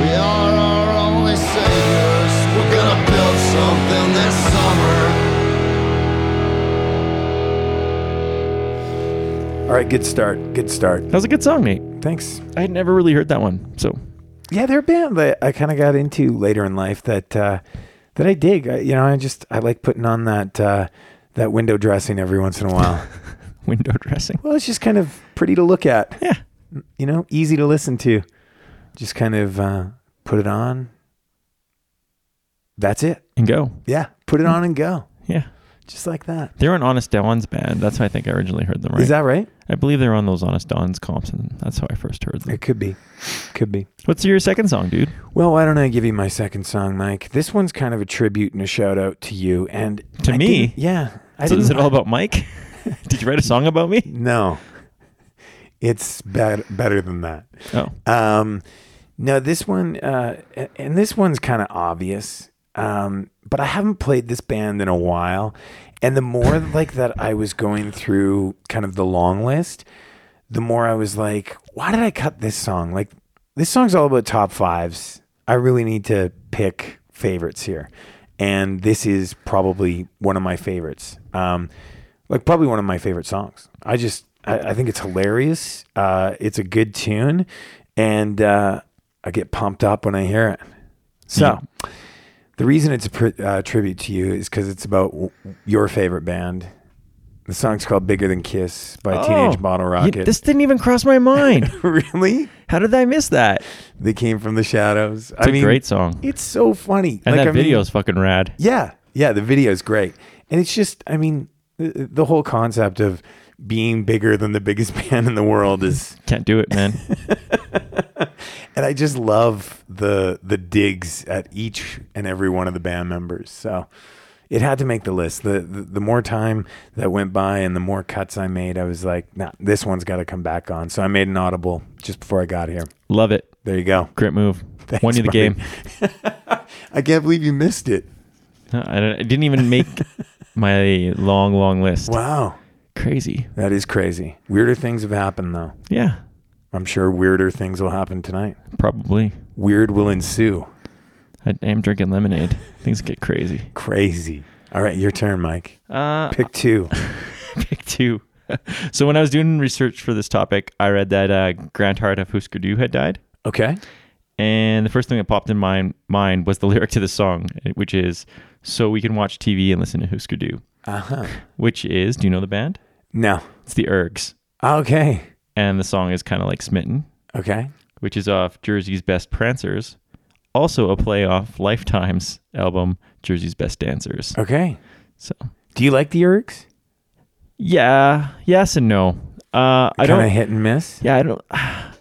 Speaker 9: We are our only saviors. We're gonna build something this summer.
Speaker 1: All right, good start. Good start.
Speaker 2: That was a good song, Nate.
Speaker 1: Thanks.
Speaker 2: I had never really heard that one. So
Speaker 1: Yeah, they're a band that I kind of got into later in life that uh, that I dig. I, you know, I just I like putting on that uh, that window dressing every once in a while.
Speaker 2: window dressing.
Speaker 1: well, it's just kind of pretty to look at.
Speaker 2: Yeah.
Speaker 1: You know, easy to listen to. Just kind of uh, put it on. That's it.
Speaker 2: And go.
Speaker 1: Yeah, put
Speaker 2: Hmm.
Speaker 1: it on and go,
Speaker 2: Yeah.
Speaker 1: just like that. Is
Speaker 2: They're an Honest Don's band. That's how I think I originally heard them, right?
Speaker 1: that right?
Speaker 2: I believe they were on those Honest Don's comps, and that's how I first heard them.
Speaker 1: It could be. Could be.
Speaker 2: What's your second song, dude?
Speaker 1: Well, why don't I give you my second song, Mike? This one's kind of a tribute and a shout out to you and
Speaker 2: To
Speaker 1: I
Speaker 2: me?
Speaker 1: didn't- Yeah. I
Speaker 2: So is
Speaker 1: didn't-
Speaker 2: it all about Mike? Did you write a song about me?
Speaker 1: No, it's bad, better than that.
Speaker 2: Oh,
Speaker 1: Um, no, this one, uh, a- and this one's kind of obvious. Um, but I haven't played this band in a while. And the more like that I was going through kind of the long list, the more I was like, why did I cut this song? Like, this song's all about top fives. I really need to pick favorites here. And this is probably one of my favorites. Um, like, probably one of my favorite songs. I just, I, I think it's hilarious. Uh, it's a good tune. And uh, I get pumped up when I hear it. So,
Speaker 2: Mm-hmm.
Speaker 1: the reason it's a pr- uh, tribute to you is because it's about w- your favorite band. The song's called Bigger Than Kiss by Teenage Bottle
Speaker 2: Oh. You-
Speaker 1: Rocket.
Speaker 2: this didn't even cross my mind.
Speaker 1: really?
Speaker 2: How did I miss that?
Speaker 1: They came from the shadows.
Speaker 2: It's
Speaker 1: I
Speaker 2: a
Speaker 1: mean,
Speaker 2: great song.
Speaker 1: It's so funny.
Speaker 2: And that
Speaker 1: I mean,
Speaker 2: video's fucking rad.
Speaker 1: yeah, yeah. The video's great, and it's just, I mean, the, the whole concept of being bigger than the biggest band in the world is,
Speaker 2: Can't do it, man.
Speaker 1: and I just love the the digs at each and every one of the band members. So it had to make the list. The the, the more time that went by and the more cuts I made, I was like, nah, this one's got to come back on. So I made an audible just before I got here.
Speaker 2: Love it.
Speaker 1: There you go.
Speaker 2: Great move.
Speaker 1: Thanks,
Speaker 2: Won you the
Speaker 1: buddy.
Speaker 2: game.
Speaker 1: I can't believe you missed it.
Speaker 2: No, I, don't- I didn't even make my long, long list.
Speaker 1: Wow.
Speaker 2: Crazy.
Speaker 1: That is crazy. Weirder things have happened, though.
Speaker 2: Yeah,
Speaker 1: I'm sure weirder things will happen tonight.
Speaker 2: probably.
Speaker 1: Weird will ensue.
Speaker 2: I am drinking lemonade. Things get crazy.
Speaker 1: Crazy. All right, your turn, Mike.
Speaker 2: Uh,
Speaker 1: Pick two.
Speaker 2: pick two. so when I was doing research for this topic, I read that uh, Grant Hart of Husker Du had died,
Speaker 1: Okay.
Speaker 2: and the first thing that popped in my mind was the lyric to the song, which is "So we can watch TV and listen to Husker Du,"
Speaker 1: Uh huh.
Speaker 2: which is, do you know the band?
Speaker 1: No.
Speaker 2: It's the Ergs,
Speaker 1: Okay.
Speaker 2: and the song is kind of like "Smitten,"
Speaker 1: Okay.
Speaker 2: which is off Jersey's Best Prancers, also a play off Lifetime's album Jersey's Best Dancers.
Speaker 1: Okay.
Speaker 2: So
Speaker 1: Do you like the Ergs?
Speaker 2: yeah, yes and no. Uh, I
Speaker 1: Kind
Speaker 2: don't
Speaker 1: of hit and miss.
Speaker 2: Yeah, I don't.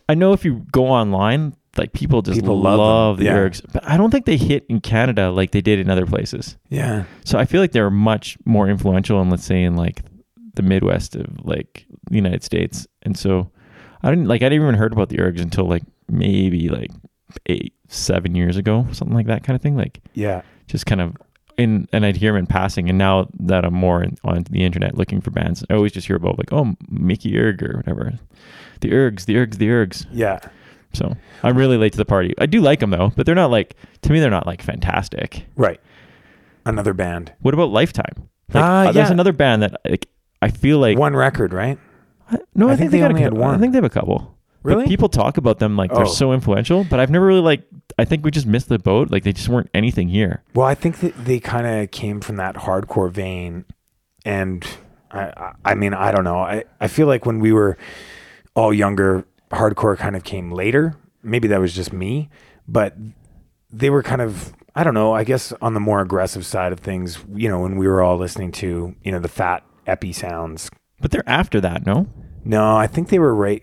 Speaker 2: I know if you go online, like people just
Speaker 1: People love
Speaker 2: love,
Speaker 1: them.
Speaker 2: the
Speaker 1: Yeah.
Speaker 2: Ergs, but I don't think they hit in Canada like they did in other places.
Speaker 1: Yeah.
Speaker 2: So I feel like they're much more influential in, let's say, in like the Midwest of like the United States. And so I didn't like I didn't even heard about the Ergs until like maybe like eight, seven years ago, something like that kind of thing. Like
Speaker 1: Yeah.
Speaker 2: just kind of in and I'd hear him in passing. And now that I'm more in, on the internet looking for bands, I always just hear about like, oh, Mickey Erg or whatever, the Ergs, the Ergs, the Ergs.
Speaker 1: Yeah.
Speaker 2: So I'm really late to the party. I do like them though, but they're not like to me they're not like fantastic.
Speaker 1: Right. Another band.
Speaker 2: What about Lifetime? Like, uh,
Speaker 1: Ah,
Speaker 2: There's
Speaker 1: yeah.
Speaker 2: another band that like I feel like
Speaker 1: One record, right?
Speaker 2: I- no, I, think, they, got
Speaker 1: only
Speaker 2: a,
Speaker 1: had
Speaker 2: couple-
Speaker 1: one.
Speaker 2: I think they have a couple. But
Speaker 1: Really?
Speaker 2: people talk about them like
Speaker 1: Oh.
Speaker 2: they're so influential, but I've never really like. I think we just missed the boat. Like they just weren't anything here.
Speaker 1: Well, I think that they kind of came from that hardcore vein, and I, I, I mean, I don't know. I, I feel like when we were all younger, hardcore kind of came later. Maybe that was just me, but they were kind of I don't know. I guess on the more aggressive side of things, you know, when we were all listening to you know the fat epi sounds.
Speaker 2: But they're after that, no?
Speaker 1: No, I think they were right.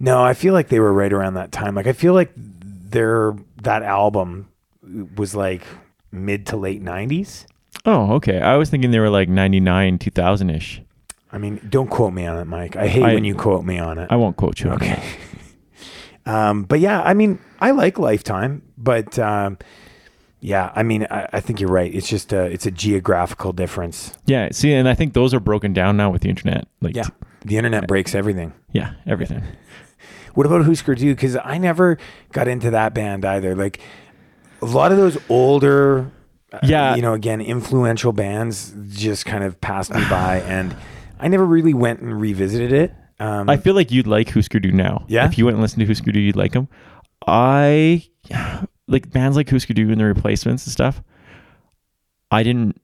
Speaker 1: No, I feel like they were right around that time. Like I feel like their that album was like mid to late nineties.
Speaker 2: Oh, okay. I was thinking they were like 99, 2000 ish.
Speaker 1: I mean, don't quote me on it, Mike. I hate
Speaker 2: I-
Speaker 1: when you quote me on it.
Speaker 2: I won't quote you. on
Speaker 1: okay.
Speaker 2: that.
Speaker 1: um, but yeah, I mean, I like Lifetime, but um, yeah, I mean, I, I think you're right. It's just a, it's a geographical difference.
Speaker 2: Yeah. See, and I think those are broken down now with the internet. Like,
Speaker 1: Yeah, the internet breaks everything.
Speaker 2: yeah, everything.
Speaker 1: What about Husker Du? Because I never got into that band either. Like a lot of those older, uh,
Speaker 2: Yeah.
Speaker 1: you know, again, influential bands just kind of passed me by, and I never really went and revisited it. Um,
Speaker 2: I feel like you'd like Husker Du now.
Speaker 1: Yeah?
Speaker 2: If you went and listened to Husker Du, you'd like them. I like bands like Husker Du and the replacements and stuff. I didn't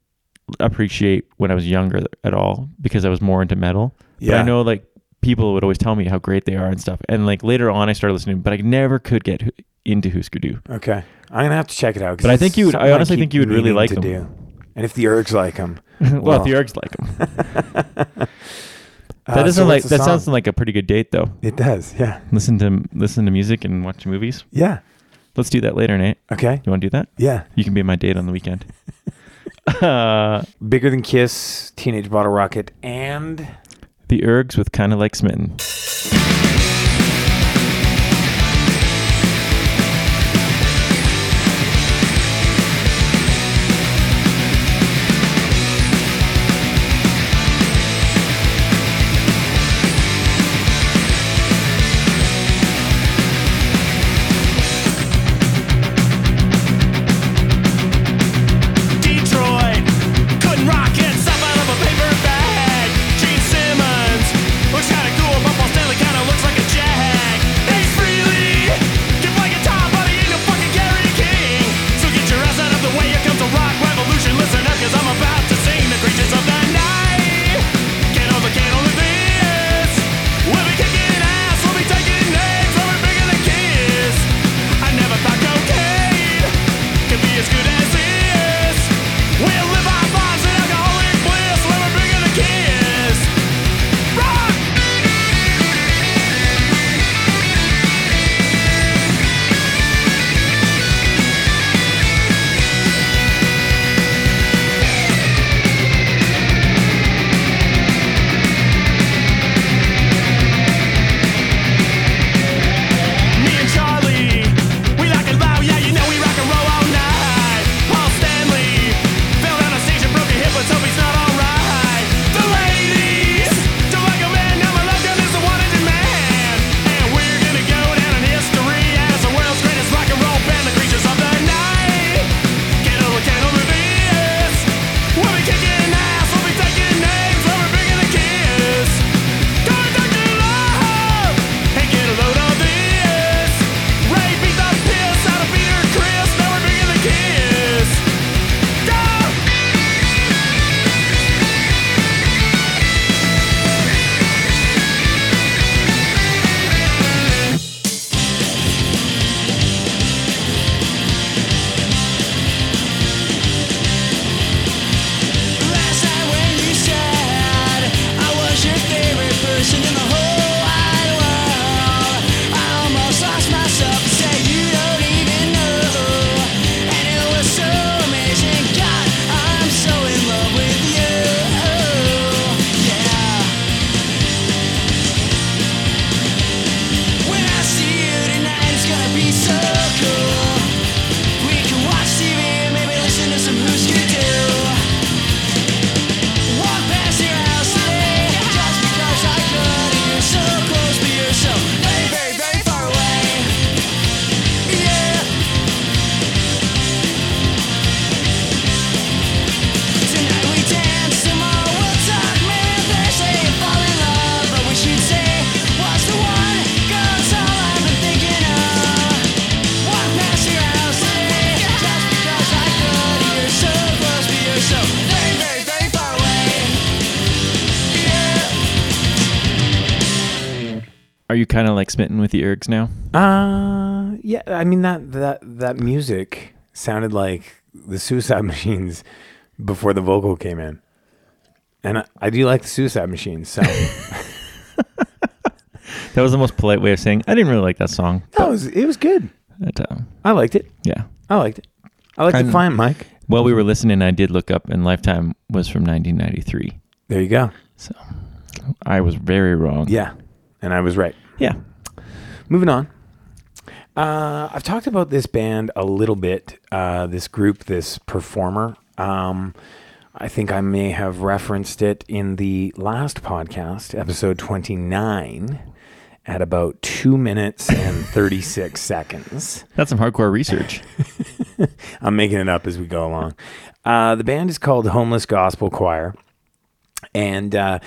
Speaker 2: appreciate when I was younger at all because I was more into metal. But
Speaker 1: Yeah.
Speaker 2: I know like people would always tell me how great they are and stuff. And like later on, I started listening, but I never could get hu- into Husker Du.
Speaker 1: Okay, I'm gonna have to check it out. 'cause
Speaker 2: But I
Speaker 1: it's
Speaker 2: think you would- I
Speaker 1: something
Speaker 2: honestly
Speaker 1: keep
Speaker 2: think you would really
Speaker 1: meaning
Speaker 2: like
Speaker 1: to
Speaker 2: them.
Speaker 1: do. And if the Ergs like them,
Speaker 2: well, if the Ergs like them.
Speaker 1: Uh,
Speaker 2: That doesn't
Speaker 1: so
Speaker 2: like
Speaker 1: what's the
Speaker 2: that sounds
Speaker 1: song?
Speaker 2: like a pretty good date though.
Speaker 1: it does. Yeah,
Speaker 2: Listen to listen to music and watch movies.
Speaker 1: yeah.
Speaker 2: Let's do that later, Nate.
Speaker 1: Okay,
Speaker 2: You want to do that?
Speaker 1: yeah.
Speaker 2: You can be my date on the weekend. uh,
Speaker 1: Bigger than Kiss, Teenage Bottle Rocket, and
Speaker 2: the Ergs with kind of like smitten.
Speaker 4: Thank
Speaker 2: Are you kind of like smitten with the ergs now?
Speaker 1: Uh yeah, I mean that that that music sounded like the Suicide Machines before the vocal came in. And I, I do like the Suicide Machines, so that
Speaker 2: That was the most polite way of saying I didn't really like that song.
Speaker 1: was it was good.
Speaker 2: But, um,
Speaker 1: I liked it.
Speaker 2: yeah.
Speaker 1: I liked it. I liked it
Speaker 2: And-
Speaker 1: fine, Mike.
Speaker 2: While we were listening, I did look up, and Lifetime was from 1993.
Speaker 1: There you go.
Speaker 2: So I was very wrong.
Speaker 1: Yeah. And I was right.
Speaker 2: Yeah.
Speaker 1: Moving on. Uh, I've talked about this band a little bit, uh, this group, this performer. Um, I think I may have referenced it in the last podcast, episode 29, at about two minutes and 36 seconds.
Speaker 2: That's some hardcore research.
Speaker 1: I'm making it up as we go along. Uh, the band is called Homeless Gospel Choir, and uh,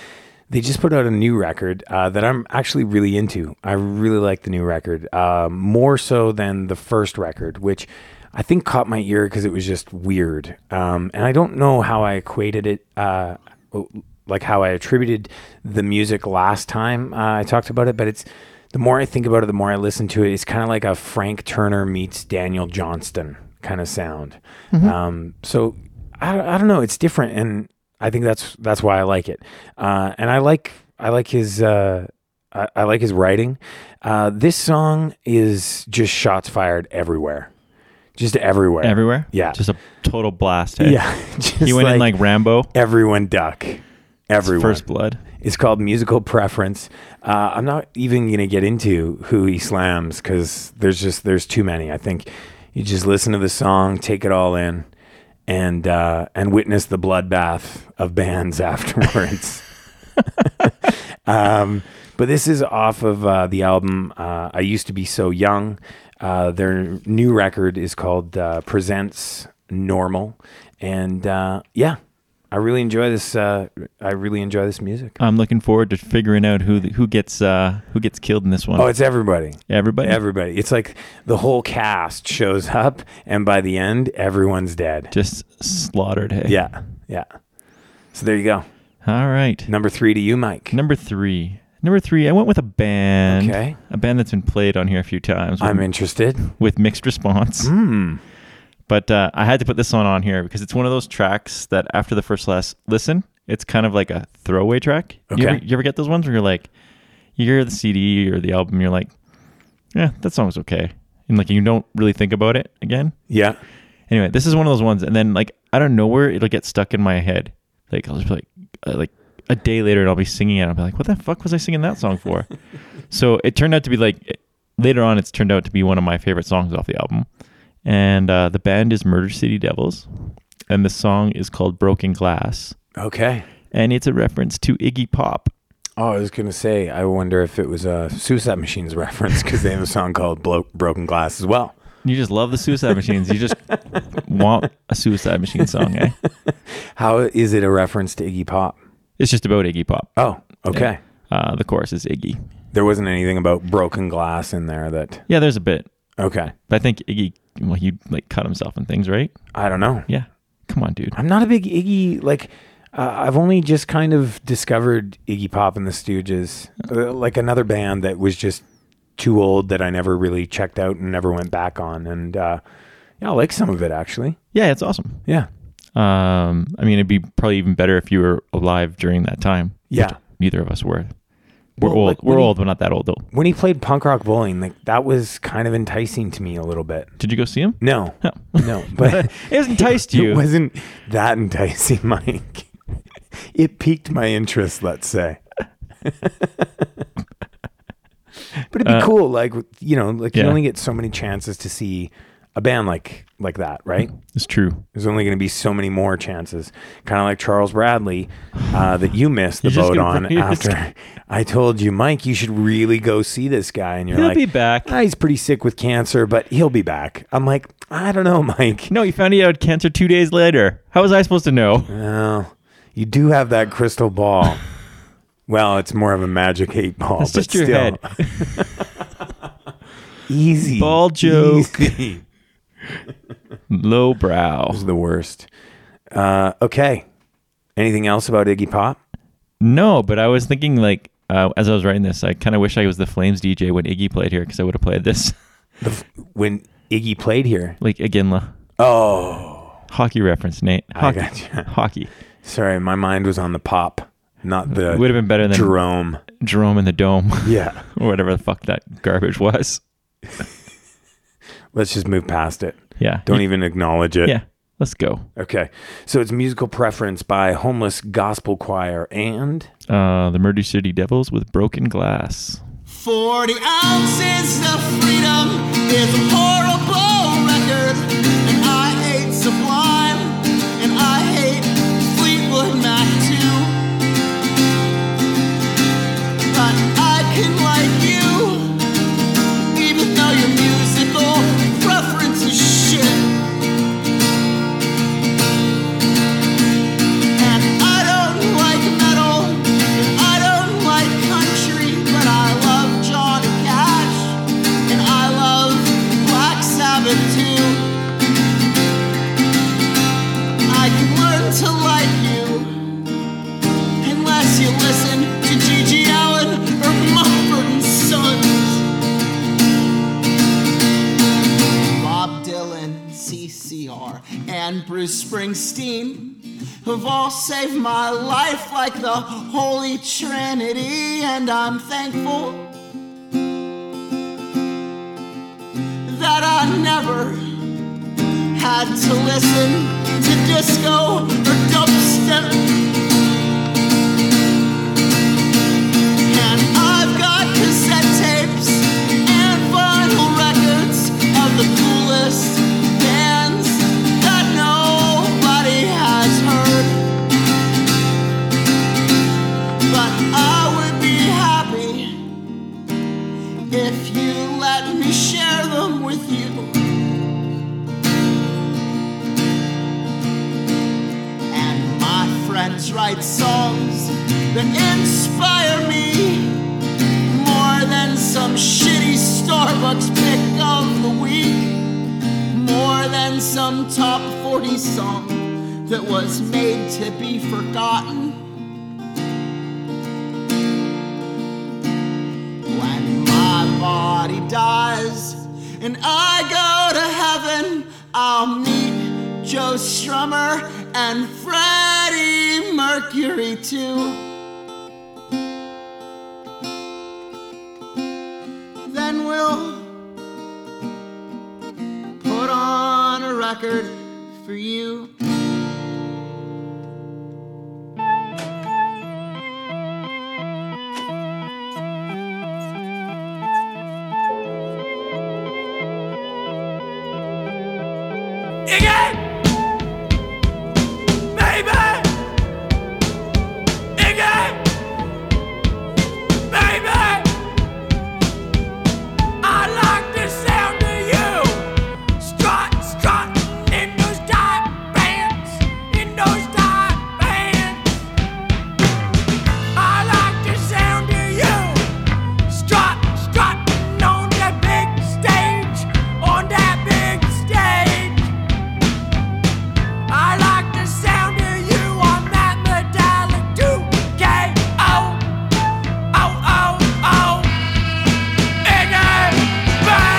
Speaker 1: they just put out a new record uh, that I'm actually really into. I really like the new record, uh, more so than the first record, which I think caught my ear because it was just weird. Um, and I don't know how I equated it. Uh, like how I attributed the music last time uh, I talked about it, but it's the more I think about it, the more I listen to it. It's kind of like a Frank Turner meets Daniel Johnston kind of sound. Um, so I, I don't know. It's different, and I think that's that's why I like it. Uh, and I like I like his. Uh, I, I like his writing. Uh, this song is just shots fired everywhere, just everywhere.
Speaker 2: Everywhere?
Speaker 1: Yeah.
Speaker 2: Just a total blast. hey?
Speaker 1: Yeah. just
Speaker 2: He went in like Rambo.
Speaker 1: everyone duck. Everyone.
Speaker 2: First Blood.
Speaker 1: It's called Musical Preference. Uh, I'm not even going to get into who he slams because there's just there's too many. I think you just listen to the song, take it all in, and uh, and witness the bloodbath of bands afterwards. um, but this is off of uh, the album uh, I Used to Be So Young. Uh, their new record is called uh, Presents Normal, and uh, yeah. I really enjoy this. Uh, I really enjoy this music.
Speaker 2: I'm looking forward to figuring out who the, who gets uh, who gets killed in this one.
Speaker 1: Oh, it's everybody.
Speaker 2: Everybody.
Speaker 1: Everybody. It's like the whole cast shows up, and by the end, everyone's dead.
Speaker 2: Just slaughtered. Hey.
Speaker 1: Yeah. Yeah. So there you go.
Speaker 2: All right.
Speaker 1: Number three to you, Mike.
Speaker 2: Number three. Number three. I went with a band.
Speaker 1: Okay.
Speaker 2: A band that's been played on here a few times.
Speaker 1: I'm Hmm? interested.
Speaker 2: with mixed response. But uh, I had to put this one on here because it's one of those tracks that after the first last listen, it's kind of like a throwaway track. You,
Speaker 1: Okay.
Speaker 2: ever, you ever get those ones where you're like, you hear the CD or the album, you're like, yeah, that song's okay. And like you don't really think about it again.
Speaker 1: Yeah.
Speaker 2: Anyway, this is one of those ones. And then like out of nowhere, it'll get stuck in my head. Like I'll just be like, uh, like a day later, and I'll be singing it. I'll be like, what the fuck was I singing that song for? so it turned out to be like it- later on, it's turned out to be one of my favorite songs off the album. And uh, the band is Murder City Devils, and the song is called Broken Glass,
Speaker 1: Okay.
Speaker 2: and it's a reference to Iggy Pop.
Speaker 1: Oh, I was gonna say. I wonder if it was a Suicide Machines reference because they have a song called Blo- "Broken Glass" as well.
Speaker 2: You just love the Suicide Machines. You just want a Suicide Machine song, eh?
Speaker 1: How is it a reference to Iggy Pop?
Speaker 2: It's just about Iggy Pop.
Speaker 1: Oh, okay.
Speaker 2: Uh, the chorus is Iggy.
Speaker 1: There wasn't anything about broken glass in there that.
Speaker 2: Yeah, there's a bit.
Speaker 1: Okay.
Speaker 2: But I think Iggy, well, he like cut himself and things, right?
Speaker 1: I don't know.
Speaker 2: Yeah. Come on, dude.
Speaker 1: I'm not a big Iggy like. Uh, I've only just kind of discovered Iggy Pop and the Stooges, uh, like another band that was just too old that I never really checked out and never went back on. And uh, yeah, I like some of it actually.
Speaker 2: Yeah, it's awesome.
Speaker 1: Yeah,
Speaker 2: Um, I mean, it'd be probably even better if you were alive during that time.
Speaker 1: yeah.
Speaker 2: Neither of us were. We're
Speaker 1: Well,
Speaker 2: old.
Speaker 1: like, when
Speaker 2: we're
Speaker 1: he-
Speaker 2: old, but not that old though.
Speaker 1: When he played punk rock bowling, like that was kind of enticing to me a little bit.
Speaker 2: Did you go see him?
Speaker 1: No,
Speaker 2: No.
Speaker 1: no, but
Speaker 2: Oh. it was enticed you.
Speaker 1: it wasn't that enticing, Mike. it piqued my interest, let's say. but it'd be cool, like you know, like
Speaker 2: Uh, yeah.
Speaker 1: you only get so many chances to see a band like like that, right?
Speaker 2: It's true.
Speaker 1: There's only going to be so many more chances, kind of like Charles Bradley uh, that you missed the
Speaker 2: You're just
Speaker 1: boat
Speaker 2: gonna
Speaker 1: on
Speaker 2: bring- you're just
Speaker 1: after I told you, Mike, you should really go see this guy, and you're
Speaker 2: He'll
Speaker 1: like,
Speaker 2: be back.
Speaker 1: "Ah, he's pretty sick with cancer, but he'll be back. I'm like, I don't know, Mike.
Speaker 2: No, you found out he had cancer two days later. How was I supposed to know?
Speaker 1: Oh, you do have that crystal ball. well, it's more of a magic eight ball.
Speaker 2: That's
Speaker 1: but
Speaker 2: just your
Speaker 1: still.
Speaker 2: head.
Speaker 1: Easy
Speaker 2: Ball joke.
Speaker 1: Easy.
Speaker 2: Low brow.
Speaker 1: This is the worst. Uh, okay. Anything else about Iggy Pop?
Speaker 2: No, but I was thinking like uh, as I was writing this, I kind of wish I was the Flames DJ when Iggy played here because I would have played this.
Speaker 1: The f- when Iggy played here.
Speaker 2: like Aginla.
Speaker 1: Oh,
Speaker 2: Hockey reference, Nate.
Speaker 1: I
Speaker 2: Hockey.
Speaker 1: gotcha.
Speaker 2: Hockey.
Speaker 1: sorry, my mind was on the pop, not the
Speaker 2: It would have been better than
Speaker 1: Uh, Jerome.
Speaker 2: Jerome in the Dome
Speaker 1: Yeah,
Speaker 2: or whatever the fuck that garbage was.
Speaker 1: let's just move past it.
Speaker 2: Yeah.
Speaker 1: Don't even acknowledge it.
Speaker 2: Yeah. Let's go.
Speaker 1: Okay. So it's musical preference by homeless gospel choir and
Speaker 2: Uh, the Murder City Devils with Broken Glass.
Speaker 9: 40 ounces of freedom is a horrible record. And I hate Sublime, and I hate Fleetwood Mac too. But I can like you, even though your musical preference is shit. And I don't like metal, and I don't like country, but I love Johnny Cash, and I love Black Sabbath too. I can learn to like you, unless you listen to Gigi Allen or Mumford and Sons. Bob Dylan, CCR, and Bruce Springsteen have all saved my life like the Holy Trinity, and I'm thankful that I never had to listen to disco or dubstep. And I've got cassette tapes and vinyl records of the coolest bands that nobody has heard. But I would be happy if you let me share them with you. And my friends write songs that inspire me more than some shitty Starbucks pick of the week, more than some top 40 song that was made to be forgotten. When my body dies and I go to heaven, I'll meet Joe Strummer and Freddie Mercury too. then we'll put on a record for you.
Speaker 8: Strut, strut, in the sky, bam,
Speaker 9: Oh,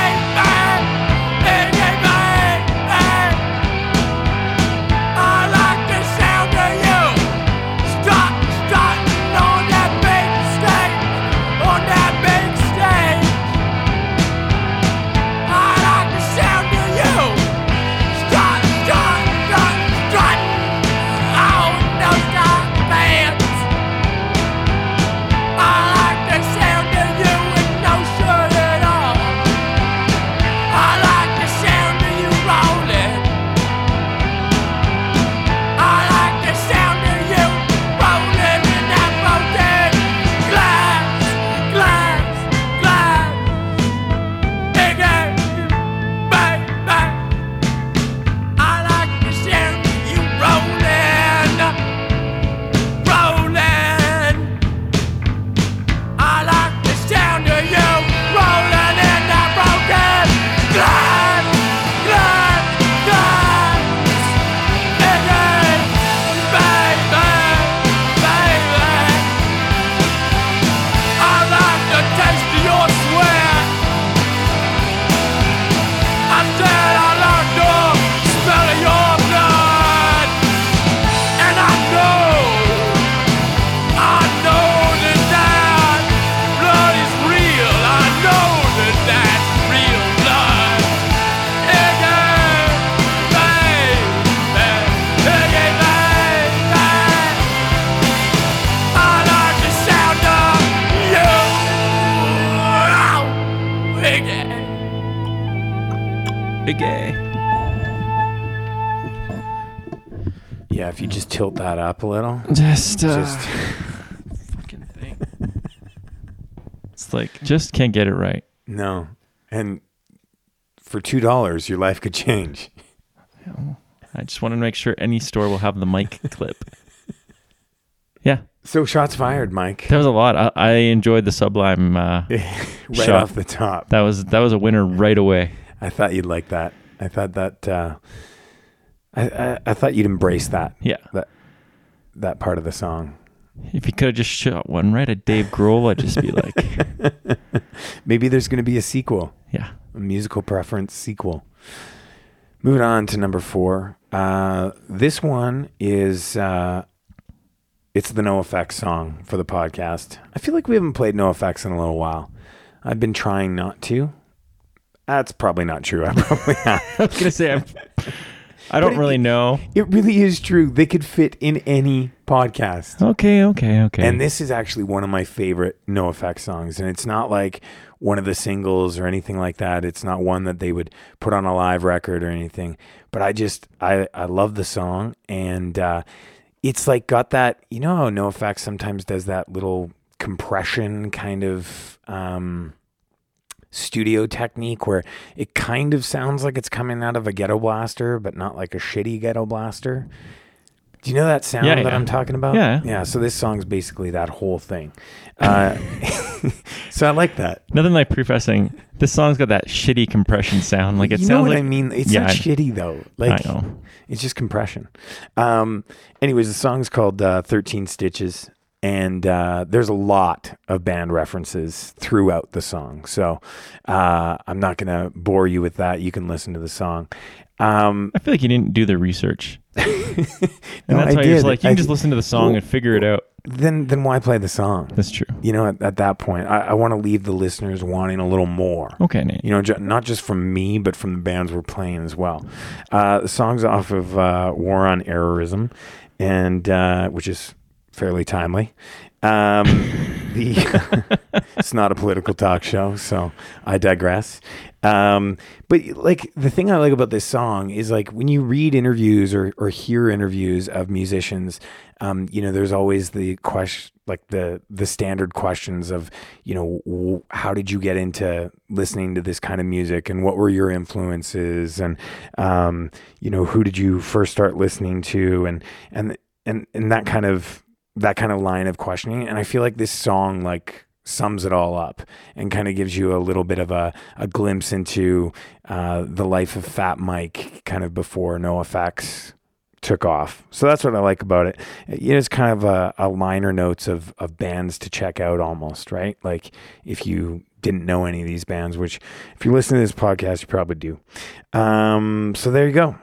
Speaker 2: kinda gay.
Speaker 1: Yeah, if you just tilt that up a little.
Speaker 2: Just, uh,
Speaker 1: Just
Speaker 2: fucking thing. It's like just can't get it right.
Speaker 1: no. And for two dollars your life could change.
Speaker 2: I just want to make sure any store will have the mic clip. Yeah,
Speaker 1: So shots fired, Mike.
Speaker 2: that was a lot. I, I enjoyed the Sublime. Uh,
Speaker 1: right
Speaker 2: Shot.
Speaker 1: off the top.
Speaker 2: that was that was a winner right away.
Speaker 1: I thought you'd like that. I thought that uh I, I, I thought you'd embrace that.
Speaker 2: Yeah.
Speaker 1: That that part of the song.
Speaker 2: If you could have just shot one right at Dave Grohl, I'd just be like,
Speaker 1: Maybe there's gonna be a sequel.
Speaker 2: yeah,
Speaker 1: a musical preference sequel. Moving on to number four. Uh, this one is uh, it's the No Effects song for the podcast. I feel like we haven't played No Effects in a little while. I've been trying not to. That's probably not true. I probably have.
Speaker 2: I was gonna say I'm, I don't really know.
Speaker 1: It really is true. They could fit in any podcast.
Speaker 2: Okay, okay, okay.
Speaker 1: And this is actually one of my favorite No Effects songs. And it's not like one of the singles or anything like that. It's not one that they would put on a live record or anything. But I just, I, I love the song. And uh, it's like got that, you know how No Effects sometimes does that little compression kind of. Um, studio technique where it kind of sounds like it's coming out of a ghetto blaster, but not like a shitty ghetto blaster. Do you know that sound
Speaker 2: Yeah,
Speaker 1: that
Speaker 2: yeah.
Speaker 1: I'm talking about?
Speaker 2: Yeah.
Speaker 1: Yeah. So this song's basically that whole thing. Uh, so I like that.
Speaker 2: Nothing like prefacing. This song's got that shitty compression sound. Like it
Speaker 1: you know
Speaker 2: sounds
Speaker 1: what
Speaker 2: like
Speaker 1: I mean? It's
Speaker 2: Yeah,
Speaker 1: not
Speaker 2: I-
Speaker 1: shitty though. Like
Speaker 2: I know.
Speaker 1: it's just compression. Um, anyways, the song's called uh, 13 Stitches. And uh, there's a lot of band references throughout the song. So uh, I'm not going to bore you with that. You can listen to the song. Um,
Speaker 2: I feel like you didn't do the research.
Speaker 1: no,
Speaker 2: And
Speaker 1: I
Speaker 2: that's why
Speaker 1: did.
Speaker 2: you're just like, you
Speaker 1: I
Speaker 2: can just
Speaker 1: did.
Speaker 2: listen to the song and figure it out.
Speaker 1: Then, then why play the song?
Speaker 2: That's true.
Speaker 1: You know, at, at that point, I, I want to leave the listeners wanting a little more.
Speaker 2: Okay, Nate.
Speaker 1: you know, ju- not just from me, but from the bands we're playing as well. Uh, the songs off of uh, War on Errorism, and uh, which is fairly timely. Um, the it's not a political talk show, so I digress. Um, but like the thing I like about this song is like when you read interviews or, or hear interviews of musicians, um, you know, there's always the question, like the the standard questions of, you know, w- how did you get into listening to this kind of music, and what were your influences, and um, you know, who did you first start listening to, and and and and that kind of that kind of line of questioning and i feel like this song like sums it all up and kind of gives you a little bit of a, a glimpse into uh, the life of fat mike kind of before no effects took off so that's what i like about it you know, it's kind of a, a liner notes of, of bands to check out almost right like if you didn't know any of these bands which if you listen to this podcast you probably do um, so there you go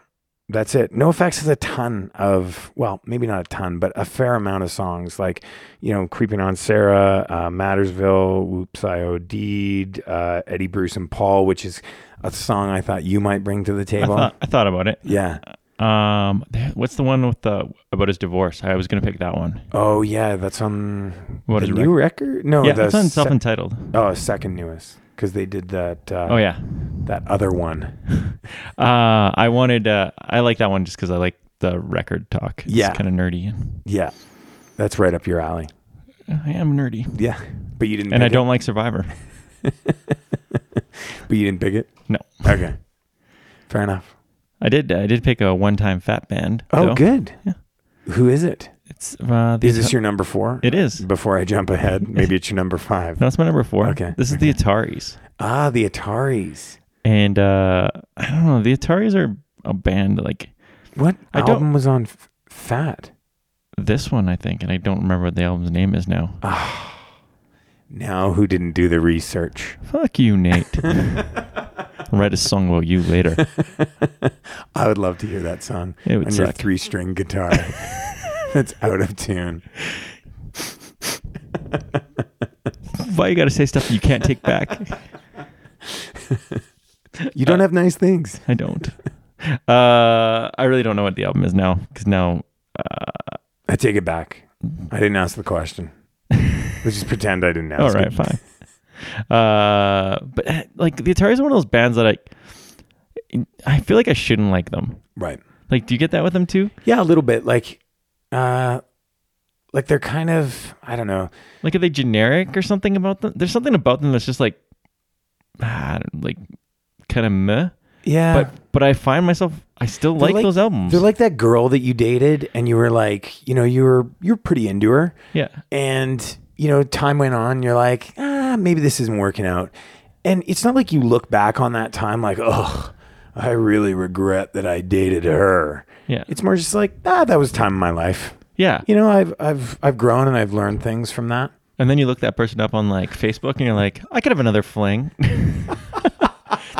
Speaker 1: that's it. NoFX has a ton of, well, maybe not a ton, but a fair amount of songs like, you know, Creeping on Sarah, uh, Mattersville, Whoops, I OD'd, uh, Eddie Bruce and Paul, which is a song I thought you might bring to the
Speaker 2: I
Speaker 1: table.
Speaker 2: thought, I thought about it.
Speaker 1: yeah.
Speaker 2: Um, what's the one with the about his divorce? I was gonna pick that one.
Speaker 1: Oh, yeah. That's on
Speaker 2: What
Speaker 1: the
Speaker 2: is it,
Speaker 1: new record? No,
Speaker 2: yeah,
Speaker 1: Oh, the
Speaker 2: that's on
Speaker 1: se-
Speaker 2: self-entitled.
Speaker 1: oh, second newest because they did that. Uh,
Speaker 2: oh yeah,
Speaker 1: That other one.
Speaker 2: uh, I wanted. Uh, I like that one just because I like the record talk. It's
Speaker 1: Yeah.
Speaker 2: kind of nerdy.
Speaker 1: Yeah. That's right up your alley.
Speaker 2: I am nerdy,
Speaker 1: Yeah. But you didn't.
Speaker 2: and I
Speaker 1: pick
Speaker 2: don't like Survivor.
Speaker 1: It, but you didn't pick it.
Speaker 2: No,
Speaker 1: Okay. fair enough.
Speaker 2: I did. I did pick a one-time fat band.
Speaker 1: Oh,
Speaker 2: though.
Speaker 1: good. Who is it?
Speaker 2: It's uh, the
Speaker 1: Is this your number four?
Speaker 2: It is.
Speaker 1: Before I jump ahead, maybe it's your number five.
Speaker 2: No, that's my number four.
Speaker 1: Okay,
Speaker 2: This is the Ataris.
Speaker 1: Ah, the Ataris.
Speaker 2: And uh, I don't know. The Ataris are a band like
Speaker 1: What
Speaker 2: I don't-
Speaker 1: album was on F- Fat?
Speaker 2: this one, I think. And I don't remember what the album's name is now.
Speaker 1: Ah. Now, who didn't do the research?
Speaker 2: Fuck you, Nate. write a song about you later.
Speaker 1: I would love to hear that song
Speaker 2: It would
Speaker 1: on your
Speaker 2: suck.
Speaker 1: three-string guitar. That's out of tune.
Speaker 2: Why you got to say stuff you can't take back? Uh,
Speaker 1: You don't have nice things.
Speaker 2: I don't. Uh, I really don't know what the album is now because now
Speaker 1: I take it back. I didn't ask the question. Let's just pretend I didn't ask. it.
Speaker 2: Mm-hmm. All right, uh, fine. Uh, but eh, like the Atari is one of those bands that I, I feel like I shouldn't like them.
Speaker 1: Right.
Speaker 2: Like, do you get that with them too?
Speaker 1: Yeah, a little bit. Like, uh, like they're kind of I don't know.
Speaker 2: Like, are they generic or something about them? There's something about them that's just like, ah, I don't- like, kind of meh.
Speaker 1: Yeah,
Speaker 2: But but I find myself I still
Speaker 1: They're
Speaker 2: like, those albums.
Speaker 1: They're like that girl that you dated, and you were like, you know, you were you're pretty into her,
Speaker 2: yeah,
Speaker 1: and you know, time went on. You're like, ah, maybe this isn't working out, and it's not like you look back on that time like, oh, I really regret that I dated her.
Speaker 2: Yeah.
Speaker 1: it's more just like, ah, that was time in my life.
Speaker 2: yeah.
Speaker 1: You know, I've I've I've grown and I've learned things from that.
Speaker 2: And then you look that person up on like Facebook and you're like, I could have another fling.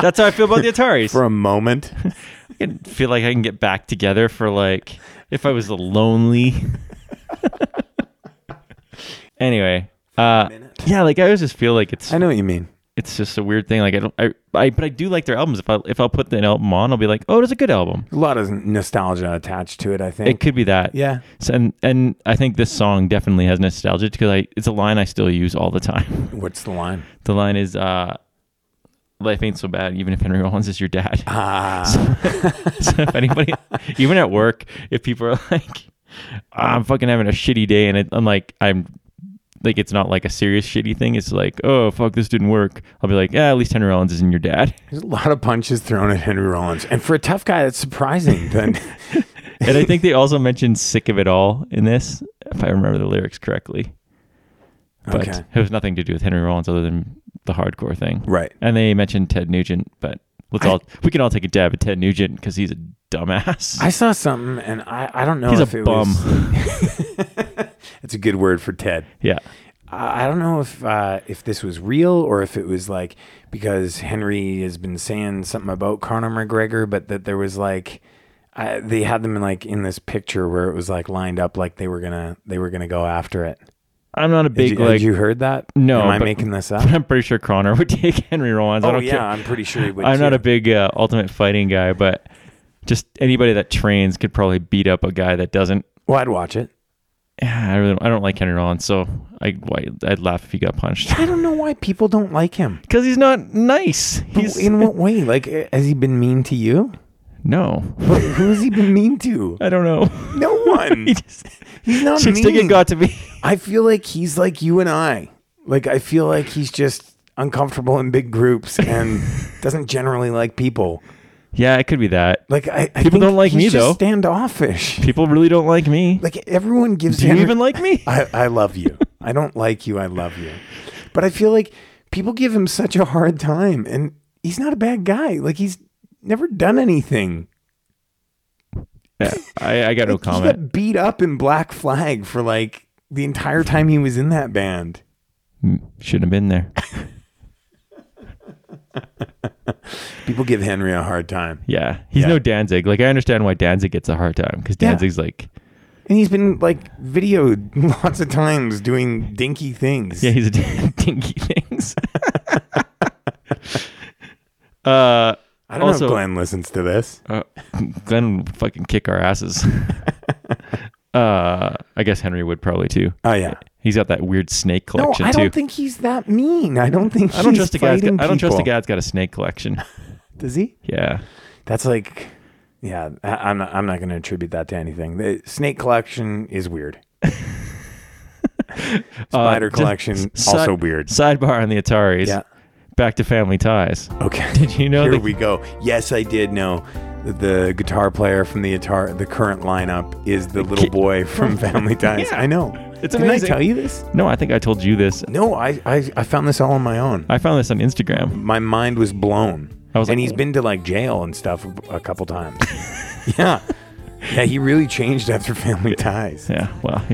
Speaker 2: That's how I feel about the Ataris.
Speaker 1: For a moment,
Speaker 2: I can feel like I can get back together for like if I was lonely. anyway, uh, yeah, like I always just feel like it's
Speaker 1: I know what you mean.
Speaker 2: it's just a weird thing. Like I don't, I, I but I do like their albums. If I if I'll put an album on, I'll be like, oh, it's a good album.
Speaker 1: A lot of nostalgia attached to it. I think.
Speaker 2: It could be that.
Speaker 1: yeah.
Speaker 2: So, and and I think this song definitely has nostalgia because I it's a line I still use all the time.
Speaker 1: What's the line?
Speaker 2: the line is uh life ain't so bad even if henry rollins is your dad
Speaker 1: Ah.
Speaker 2: so, so if anybody even at work if people are like i'm fucking having a shitty day and it, i'm like i'm like it's not like a serious shitty thing it's like oh fuck this didn't work i'll be like yeah at least henry rollins isn't your dad
Speaker 1: There's a lot of punches thrown at Henry Rollins, and for a tough guy, that's surprising. Then
Speaker 2: and i think they also mentioned sick of it all in this if i remember the lyrics correctly but
Speaker 1: Okay.
Speaker 2: it was nothing to do with henry rollins other than the hardcore thing
Speaker 1: right,
Speaker 2: And they mentioned Ted Nugent, but let's all we can all take a dab at Ted Nugent because he's a dumbass.
Speaker 1: I saw something, and I, I don't know
Speaker 2: he's
Speaker 1: if
Speaker 2: a
Speaker 1: it
Speaker 2: bum.
Speaker 1: was. It's a good word for Ted.
Speaker 2: yeah,
Speaker 1: I, I don't know if uh, if this was real or if it was like because Henry has been saying something about Conor McGregor, but that there was like. I, they had them in like in this picture where it was like lined up like they were gonna they were gonna go after it.
Speaker 2: I'm not a
Speaker 1: Did,
Speaker 2: big
Speaker 1: you, had
Speaker 2: like.
Speaker 1: you heard that?
Speaker 2: No,
Speaker 1: am I
Speaker 2: but-
Speaker 1: making this up?
Speaker 2: I'm pretty sure Connor would take Henry Rollins. I
Speaker 1: oh
Speaker 2: don't
Speaker 1: yeah,
Speaker 2: care.
Speaker 1: I'm pretty sure he would.
Speaker 2: I'm not
Speaker 1: too.
Speaker 2: a big uh, Ultimate Fighting guy, but just anybody that trains could probably beat up a guy that doesn't.
Speaker 1: Well, I'd watch it.
Speaker 2: Yeah, I really I don't like Henry Rollins, so I why- I'd laugh if he got punched
Speaker 1: I don't know why people don't like him.
Speaker 2: because he's not nice. He's
Speaker 1: in what way? Like, uh, has he been mean to you?
Speaker 2: no,
Speaker 1: Who who has he been mean to?
Speaker 2: I don't know.
Speaker 1: No one.
Speaker 2: he just
Speaker 1: He's not
Speaker 2: Chick
Speaker 1: mean.
Speaker 2: Stiggett got to me.
Speaker 1: I feel like he's like you and I. Like, I feel like he's just uncomfortable in big groups and doesn't generally like people.
Speaker 2: yeah, it could be that.
Speaker 1: Like, I, I
Speaker 2: People
Speaker 1: think
Speaker 2: don't like
Speaker 1: he's
Speaker 2: me,
Speaker 1: just
Speaker 2: though.
Speaker 1: Standoffish.
Speaker 2: People really don't like me.
Speaker 1: Like everyone gives.
Speaker 2: Do you
Speaker 1: Henry-
Speaker 2: even like me?
Speaker 1: I, I love you. I don't like you. I love you. But I feel like people give him such a hard time, and he's not a bad guy. Like he's never done anything.
Speaker 2: Yeah, I, I got no
Speaker 1: Like, He
Speaker 2: comment.
Speaker 1: got beat up in Black Flag for like the entire time he was in that band.
Speaker 2: Mm, Shouldn't have been there.
Speaker 1: People give Henry a hard time,
Speaker 2: Yeah, he's
Speaker 1: Yeah.
Speaker 2: no Danzig. Like I understand why Danzig gets a hard time because
Speaker 1: Yeah.
Speaker 2: Danzig's like,
Speaker 1: and he's been like videoed lots of times doing dinky things.
Speaker 2: yeah, he's a dinky things.
Speaker 1: I
Speaker 2: uh,
Speaker 1: don't
Speaker 2: also-
Speaker 1: know if Glenn listens to this.
Speaker 2: uh, Glenn would fucking kick our asses. uh, I guess Henry would probably too.
Speaker 1: Oh yeah.
Speaker 2: He's got that weird snake
Speaker 1: No,
Speaker 2: collection
Speaker 1: I
Speaker 2: too.
Speaker 1: don't think he's that mean. I don't think.
Speaker 2: I don't
Speaker 1: he's
Speaker 2: trust a guy. that's
Speaker 1: fighting
Speaker 2: got- I don't trust a
Speaker 1: people.
Speaker 2: guy that's got a snake collection.
Speaker 1: Does he?
Speaker 2: Yeah,
Speaker 1: That's like, yeah, I, I'm not. I'm not going to attribute that to anything. The snake collection is weird. Spider
Speaker 2: Uh, just
Speaker 1: collection
Speaker 2: s-
Speaker 1: also
Speaker 2: side-
Speaker 1: weird.
Speaker 2: Sidebar on the Ataris.
Speaker 1: Yeah.
Speaker 2: Back to Family Ties.
Speaker 1: Okay.
Speaker 2: Did you know
Speaker 1: Here
Speaker 2: that-
Speaker 1: we go. Yes, I did know. that The guitar player from the guitar, the current lineup, is the little
Speaker 2: kid-
Speaker 1: boy from Family Ties.
Speaker 2: Yeah.
Speaker 1: I know.
Speaker 2: It's
Speaker 1: Didn't
Speaker 2: amazing.
Speaker 1: I tell you this?
Speaker 2: No, I think I told you this.
Speaker 1: No, I, I I found this all on my own.
Speaker 2: I found this on Instagram.
Speaker 1: my mind was blown.
Speaker 2: I was
Speaker 1: and
Speaker 2: like,
Speaker 1: he's been to like jail and stuff a couple times. yeah, yeah, he really changed after Family Ties.
Speaker 2: Yeah, well, I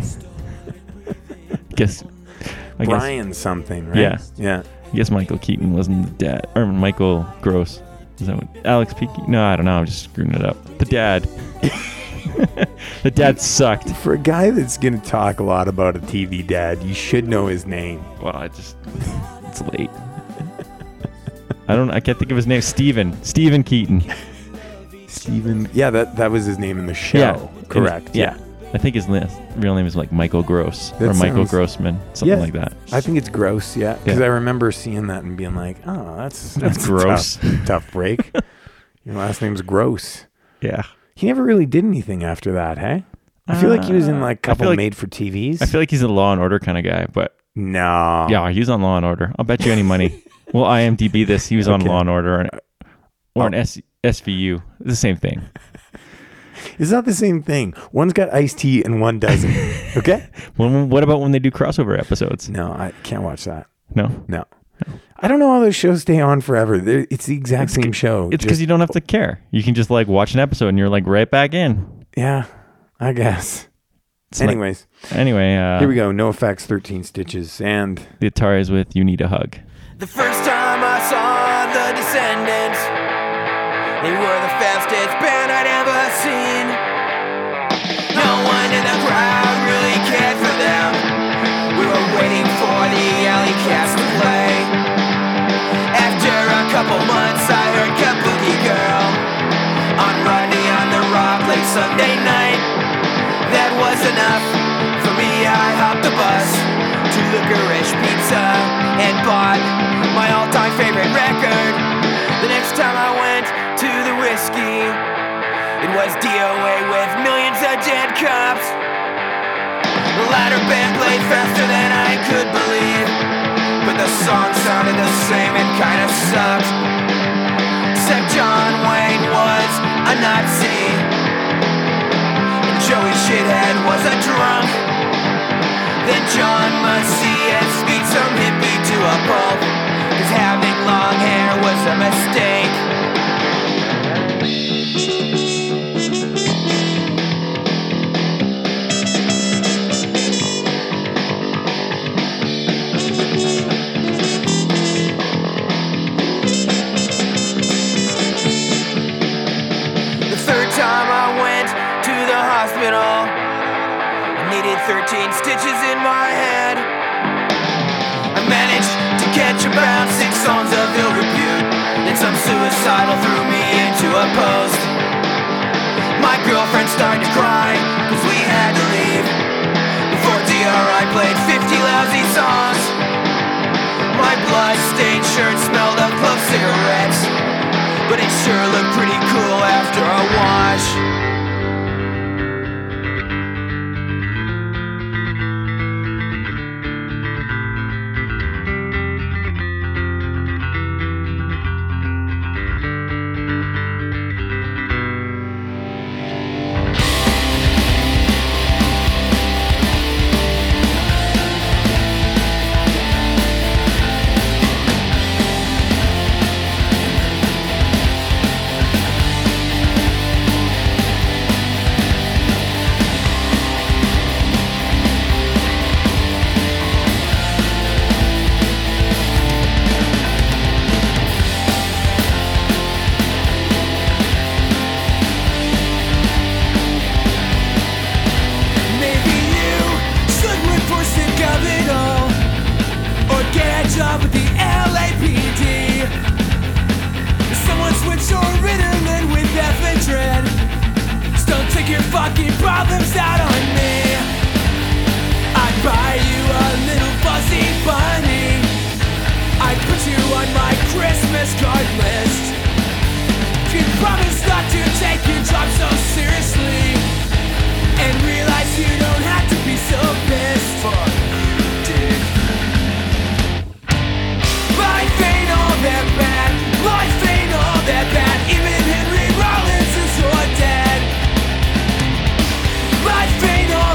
Speaker 2: guess I guess,
Speaker 1: Brian something, right?
Speaker 2: Yeah.
Speaker 1: yeah.
Speaker 2: I guess Michael Keaton wasn't the dad, or Michael Gross. Is that what Alex P. Keaton? No, I don't know. I'm just screwing it up. The dad. the dad sucked.
Speaker 1: For a guy that's going to talk a lot about a TV dad, you should know his name.
Speaker 2: Well, I just it's late. I don't. I can't think of his name. Steven. Steven Keaton.
Speaker 1: Steven. Yeah, that, that was his name in the show.
Speaker 2: And-
Speaker 1: Correct.
Speaker 2: yeah. I think his last, real name is like Michael Gross or
Speaker 1: That
Speaker 2: Michael
Speaker 1: sounds-
Speaker 2: Grossman, something
Speaker 1: Yeah.
Speaker 2: like that.
Speaker 1: I think it's gross, yeah. Because
Speaker 2: Yeah.
Speaker 1: I remember seeing that and being like, oh, that's, that's, a
Speaker 2: gross.
Speaker 1: tough, tough break. Your last name's Gross.
Speaker 2: Yeah.
Speaker 1: He never really did anything after that, hey? I feel like he was in like a
Speaker 2: Uh, I feel
Speaker 1: couple
Speaker 2: like-
Speaker 1: made for TVs.
Speaker 2: I feel like he's a Law and Order kind of guy, but
Speaker 1: no.
Speaker 2: yeah, he was on Law and Order. I'll bet you any money. well, IMDb this. He was on
Speaker 1: Okay. Oh.
Speaker 2: Law and Order or, or an S, SVU. The same thing.
Speaker 1: It's not the same thing. One's got iced tea and one doesn't. okay?
Speaker 2: When, what about when they do crossover episodes?
Speaker 1: No, I can't watch that.
Speaker 2: No.
Speaker 1: No. I don't know how those shows stay on forever. They're- It's the exact same show.
Speaker 2: It's because
Speaker 1: just-
Speaker 2: you don't have to care. You can just like watch an episode and you're like right back in.
Speaker 1: Yeah, I guess.
Speaker 2: It's like-
Speaker 1: Anyways,
Speaker 2: anyway, uh,
Speaker 1: here we go. No effects, 13 stitches, and
Speaker 2: The Atari is with You Need a Hug.
Speaker 8: The first time I saw the Descendants, they were the fastest band I'd ever seen. No one in the crowd really cared for them. We were waiting for the Alley Cats to play. After a couple months, I heard Kabuki Girl on Rodney on the Rock late Sunday night. That was enough for me. I hopped the bus to Licorice Pizza and bought my all-time favorite record. The next time I went to the whiskey, it was DOA with millions of dead cops. The latter band played faster than I could believe, but the song sounded the same and kinda sucked. Except John Wayne was a Nazi. Joey Shithead was a drunk. Then John Macias beat some hippie to a pulp. Cause having long hair was a mistake. The third time I went to the hospital, I needed 13 stitches in my head. I managed to catch about six songs of ill repute, then some suicidal threw me into a post. My girlfriend started to cry, cause we had to leave. Before DRI played 50 lousy songs, my blood stained shirt smelled of clove cigarettes but it sure looked pretty cool after a wash. Maybe you should look for sick of it all, or get a job with the LAPD. Someone switch your Ritalin with ephedrine. Just don't take your fucking problems out on me. I'd buy you a little fuzzy bunny. I'd put you on my Christmas card list. Could promise not to take your job so seriously. And realize you don't have to be so pissed Fuck you, dick Life ain't all that bad Life ain't all that bad Even Henry Rollins is your dad Life ain't all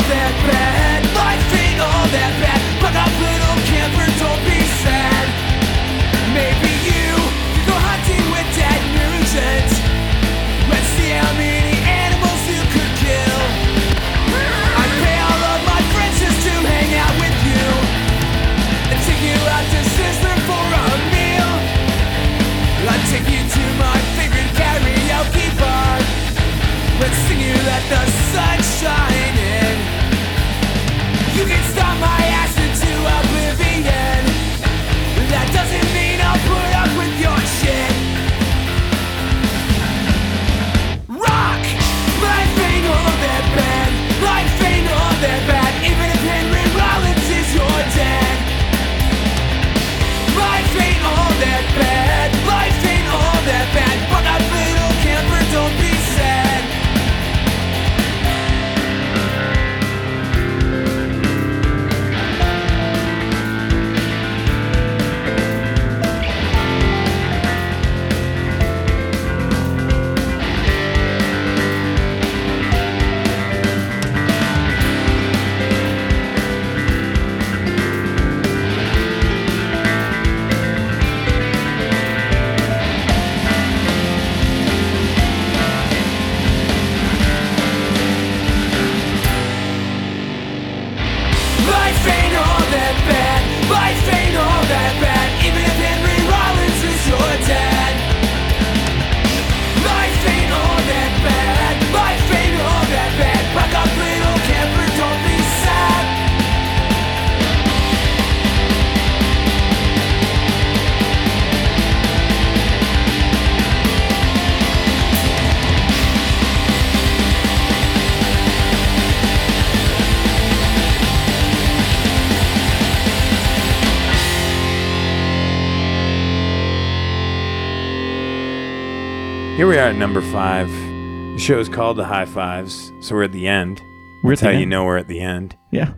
Speaker 1: Here we are at number five. The show is called The High Fives, so we're at the end.
Speaker 2: We're
Speaker 1: That's
Speaker 2: at the
Speaker 1: how you
Speaker 2: end.
Speaker 1: know we're at the end.
Speaker 2: Yeah.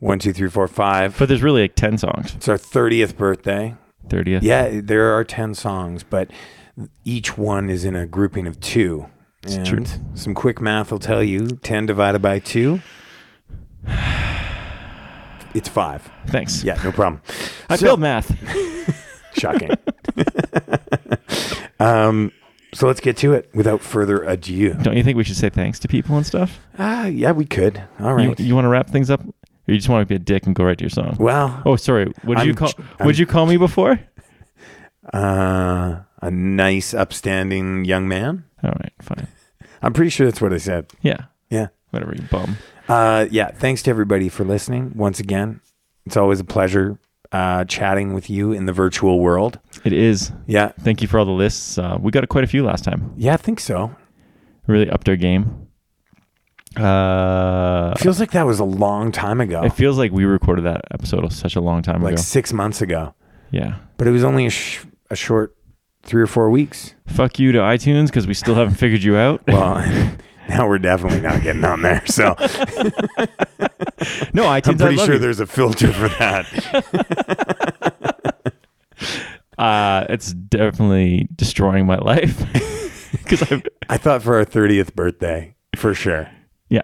Speaker 1: One, two, three, four, five.
Speaker 2: But there's really like 10 songs.
Speaker 1: It's our 30th birthday.
Speaker 2: 30th.
Speaker 1: Yeah, there are 10 songs, but each one is in a grouping of two. and
Speaker 2: true.
Speaker 1: Some quick math will tell you 10 divided by two. It's five.
Speaker 2: Thanks.
Speaker 1: Yeah, no problem.
Speaker 2: I
Speaker 1: So-
Speaker 2: failed math.
Speaker 1: Shocking. um, so let's get to it without further ado.
Speaker 2: Don't you think we should say thanks to people and stuff?
Speaker 1: Ah, yeah, we could. All
Speaker 2: You,
Speaker 1: right.
Speaker 2: you want to wrap things up? Or you just want to be a dick and go right to your song?
Speaker 1: well,
Speaker 2: Oh, sorry. What did
Speaker 1: I'm
Speaker 2: you call?
Speaker 1: ch- I'm-
Speaker 2: Would you call me before?
Speaker 1: uh, a nice, upstanding young man.
Speaker 2: All right, fine.
Speaker 1: I'm pretty sure that's what I said.
Speaker 2: Yeah,
Speaker 1: Yeah.
Speaker 2: whatever. You bum.
Speaker 1: Uh, yeah. Thanks to everybody for listening once again. It's always a pleasure uh, chatting with you in the virtual world.
Speaker 2: It is.
Speaker 1: Yeah.
Speaker 2: Thank you for all the lists. Uh, we got quite a few last time.
Speaker 1: Yeah, I think so.
Speaker 2: Really upped our game. Uh,
Speaker 1: Feels like that was a long time ago,
Speaker 2: it feels like we recorded that episode such a long time
Speaker 1: like
Speaker 2: ago.
Speaker 1: six months ago,
Speaker 2: Yeah.
Speaker 1: but it was only a, sh- a short three or four weeks.
Speaker 2: Fuck you to iTunes because we still haven't figured you out.
Speaker 1: Well, now we're definitely not getting on there. So
Speaker 2: no, iTunes.
Speaker 1: I'm pretty
Speaker 2: I love
Speaker 1: sure
Speaker 2: you.
Speaker 1: there's a filter for that.
Speaker 2: Uh, it's definitely destroying my life because I.
Speaker 1: I thought for our 30th birthday, for sure.
Speaker 2: Yeah,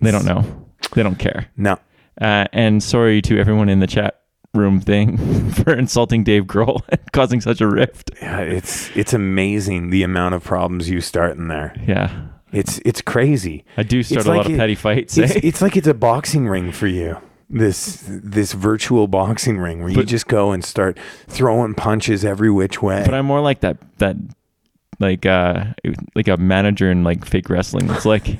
Speaker 2: they don't know. They don't care.
Speaker 1: No.
Speaker 2: Uh, and sorry to everyone in the chat room thing for insulting Dave Grohl and causing such a rift.
Speaker 1: Yeah, it's it's amazing the amount of problems you start in there.
Speaker 2: Yeah.
Speaker 1: It's it's crazy.
Speaker 2: I do start
Speaker 1: It's
Speaker 2: a lot
Speaker 1: like
Speaker 2: of
Speaker 1: it-
Speaker 2: petty fights.
Speaker 1: It's,
Speaker 2: eh?
Speaker 1: it's like it's a boxing ring for you. This this virtual boxing ring where you
Speaker 2: But-
Speaker 1: just go and start throwing punches every which way.
Speaker 2: but I'm more like that that like uh like a manager in like fake wrestling. It's like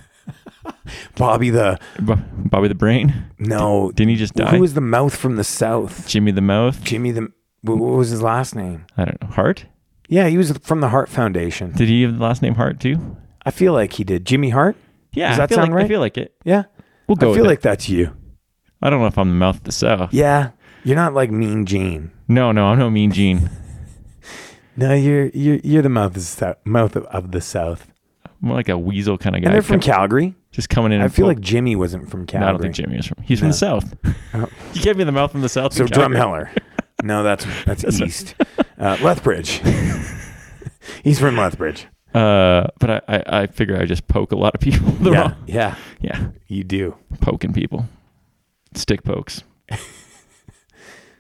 Speaker 1: Bobby the
Speaker 2: B- Bobby the Brain,
Speaker 1: no.
Speaker 2: didn't he just die?
Speaker 1: Who was the mouth from the south?
Speaker 2: Jimmy the Mouth.
Speaker 1: Jimmy the wh- what was his last name?
Speaker 2: I don't know. Hart?
Speaker 1: Yeah, he was from the Hart Foundation.
Speaker 2: Did he have the last name Hart too?
Speaker 1: I feel like he did. Jimmy Hart.
Speaker 2: Yeah,
Speaker 1: Does
Speaker 2: I
Speaker 1: that
Speaker 2: feel
Speaker 1: sound
Speaker 2: like,
Speaker 1: right?
Speaker 2: I feel like it.
Speaker 1: Yeah,
Speaker 2: We'll
Speaker 1: I
Speaker 2: go. with
Speaker 1: feel
Speaker 2: it.
Speaker 1: like that's you.
Speaker 2: I don't know if I'm the mouth of the south.
Speaker 1: Yeah, you're not like Mean Gene.
Speaker 2: No, no, I'm no mean Gene.
Speaker 1: No, you're you're you're the mouth of the south, mouth of, of the south.
Speaker 2: More like a weasel kind of guy.
Speaker 1: And they're from
Speaker 2: Come-
Speaker 1: Calgary.
Speaker 2: just coming in.
Speaker 1: I
Speaker 2: and
Speaker 1: feel
Speaker 2: poke-
Speaker 1: like Jimmy wasn't from
Speaker 2: No,
Speaker 1: Calgary.
Speaker 2: I don't think Jimmy is from. He's from the south. you gave me the mouth from the south.
Speaker 1: Oh. So
Speaker 2: in Calgary.
Speaker 1: Drumheller. No, that's that's east. Uh, Lethbridge. He's from Lethbridge.
Speaker 2: Uh, but I, I, I figure I just poke a lot of people. The
Speaker 1: yeah,
Speaker 2: wrong-
Speaker 1: yeah,
Speaker 2: yeah,
Speaker 1: you do.
Speaker 2: poking people, stick pokes.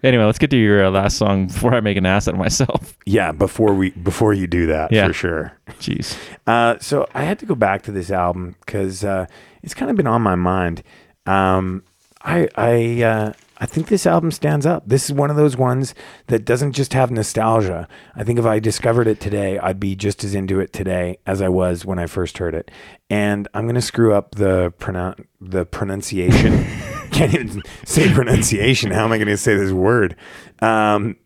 Speaker 2: anyway, let's get to your uh, last song before I make an ass out of myself.
Speaker 1: Yeah, before we before you do that
Speaker 2: Yeah.
Speaker 1: for sure.
Speaker 2: Jeez,
Speaker 1: Uh, so I had to go back to this album because uh, it's kind of been on my mind. Um, I I uh, I think this album stands up. This is one of those ones that doesn't just have nostalgia. I think if I discovered it today, I'd be just as into it today as I was when I first heard it. And I'm gonna screw up the pronoun the pronunciation. Can't even say pronunciation. How am I gonna say this word? Um,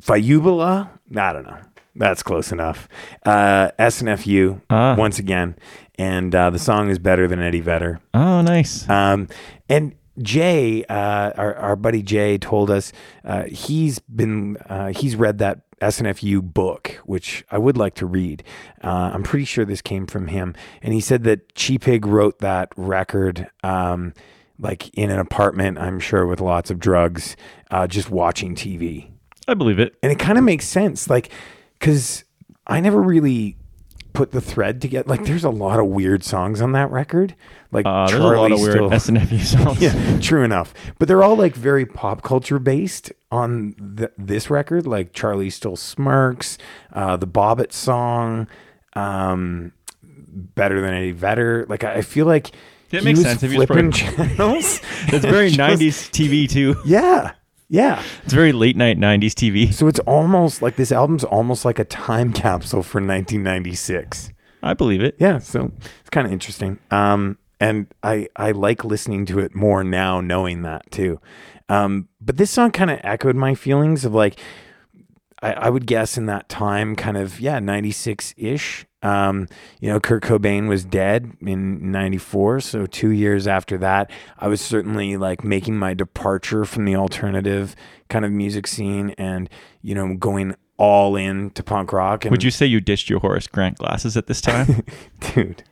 Speaker 1: Fayubala? I don't know. That's close enough. Uh, SNFU
Speaker 2: Ah.
Speaker 1: once again, and uh, the song is better than Eddie Vedder.
Speaker 2: oh nice.
Speaker 1: Um, and Jay, uh, our, our buddy Jay, told us uh, he's been uh, he's read that SNFU book, which I would like to read. Uh, I'm pretty sure this came from him, and he said that Cheapig wrote that record. Um, like in an apartment, I'm sure with lots of drugs, uh, just watching TV
Speaker 2: I believe it.
Speaker 1: and it kind of makes sense like because i never really put the thread together like there's a lot of weird songs on that record like
Speaker 2: Uh, there's a
Speaker 1: Charlie
Speaker 2: lot of weird
Speaker 1: still,
Speaker 2: SNFU songs.
Speaker 1: yeah true enough but they're all like very pop culture based on th- this record like charlie still smirks uh, the bobbit song um, better than any better like i I feel like
Speaker 2: That
Speaker 1: he
Speaker 2: makes
Speaker 1: was
Speaker 2: sense. If he was
Speaker 1: flipping
Speaker 2: probably-
Speaker 1: channels
Speaker 2: It's very
Speaker 1: Just-
Speaker 2: 90s TV too.
Speaker 1: yeah yeah
Speaker 2: It's very late night 90s TV.
Speaker 1: so it's almost like this album's almost like a time capsule for 1996.
Speaker 2: I believe it.
Speaker 1: Yeah, so it's kind of interesting. Um, and I I like listening to it more now, knowing that too. Um, but this song kind of echoed my feelings of like I, I would guess in that time, kind of yeah, 96 ish. Um, you know, Kurt Cobain was dead in 94. So, two years after that, I was certainly like making my departure from the alternative kind of music scene and, you know, going all in to punk rock. And
Speaker 2: Would you say you ditched your Horace Grant glasses at this time?
Speaker 1: dude?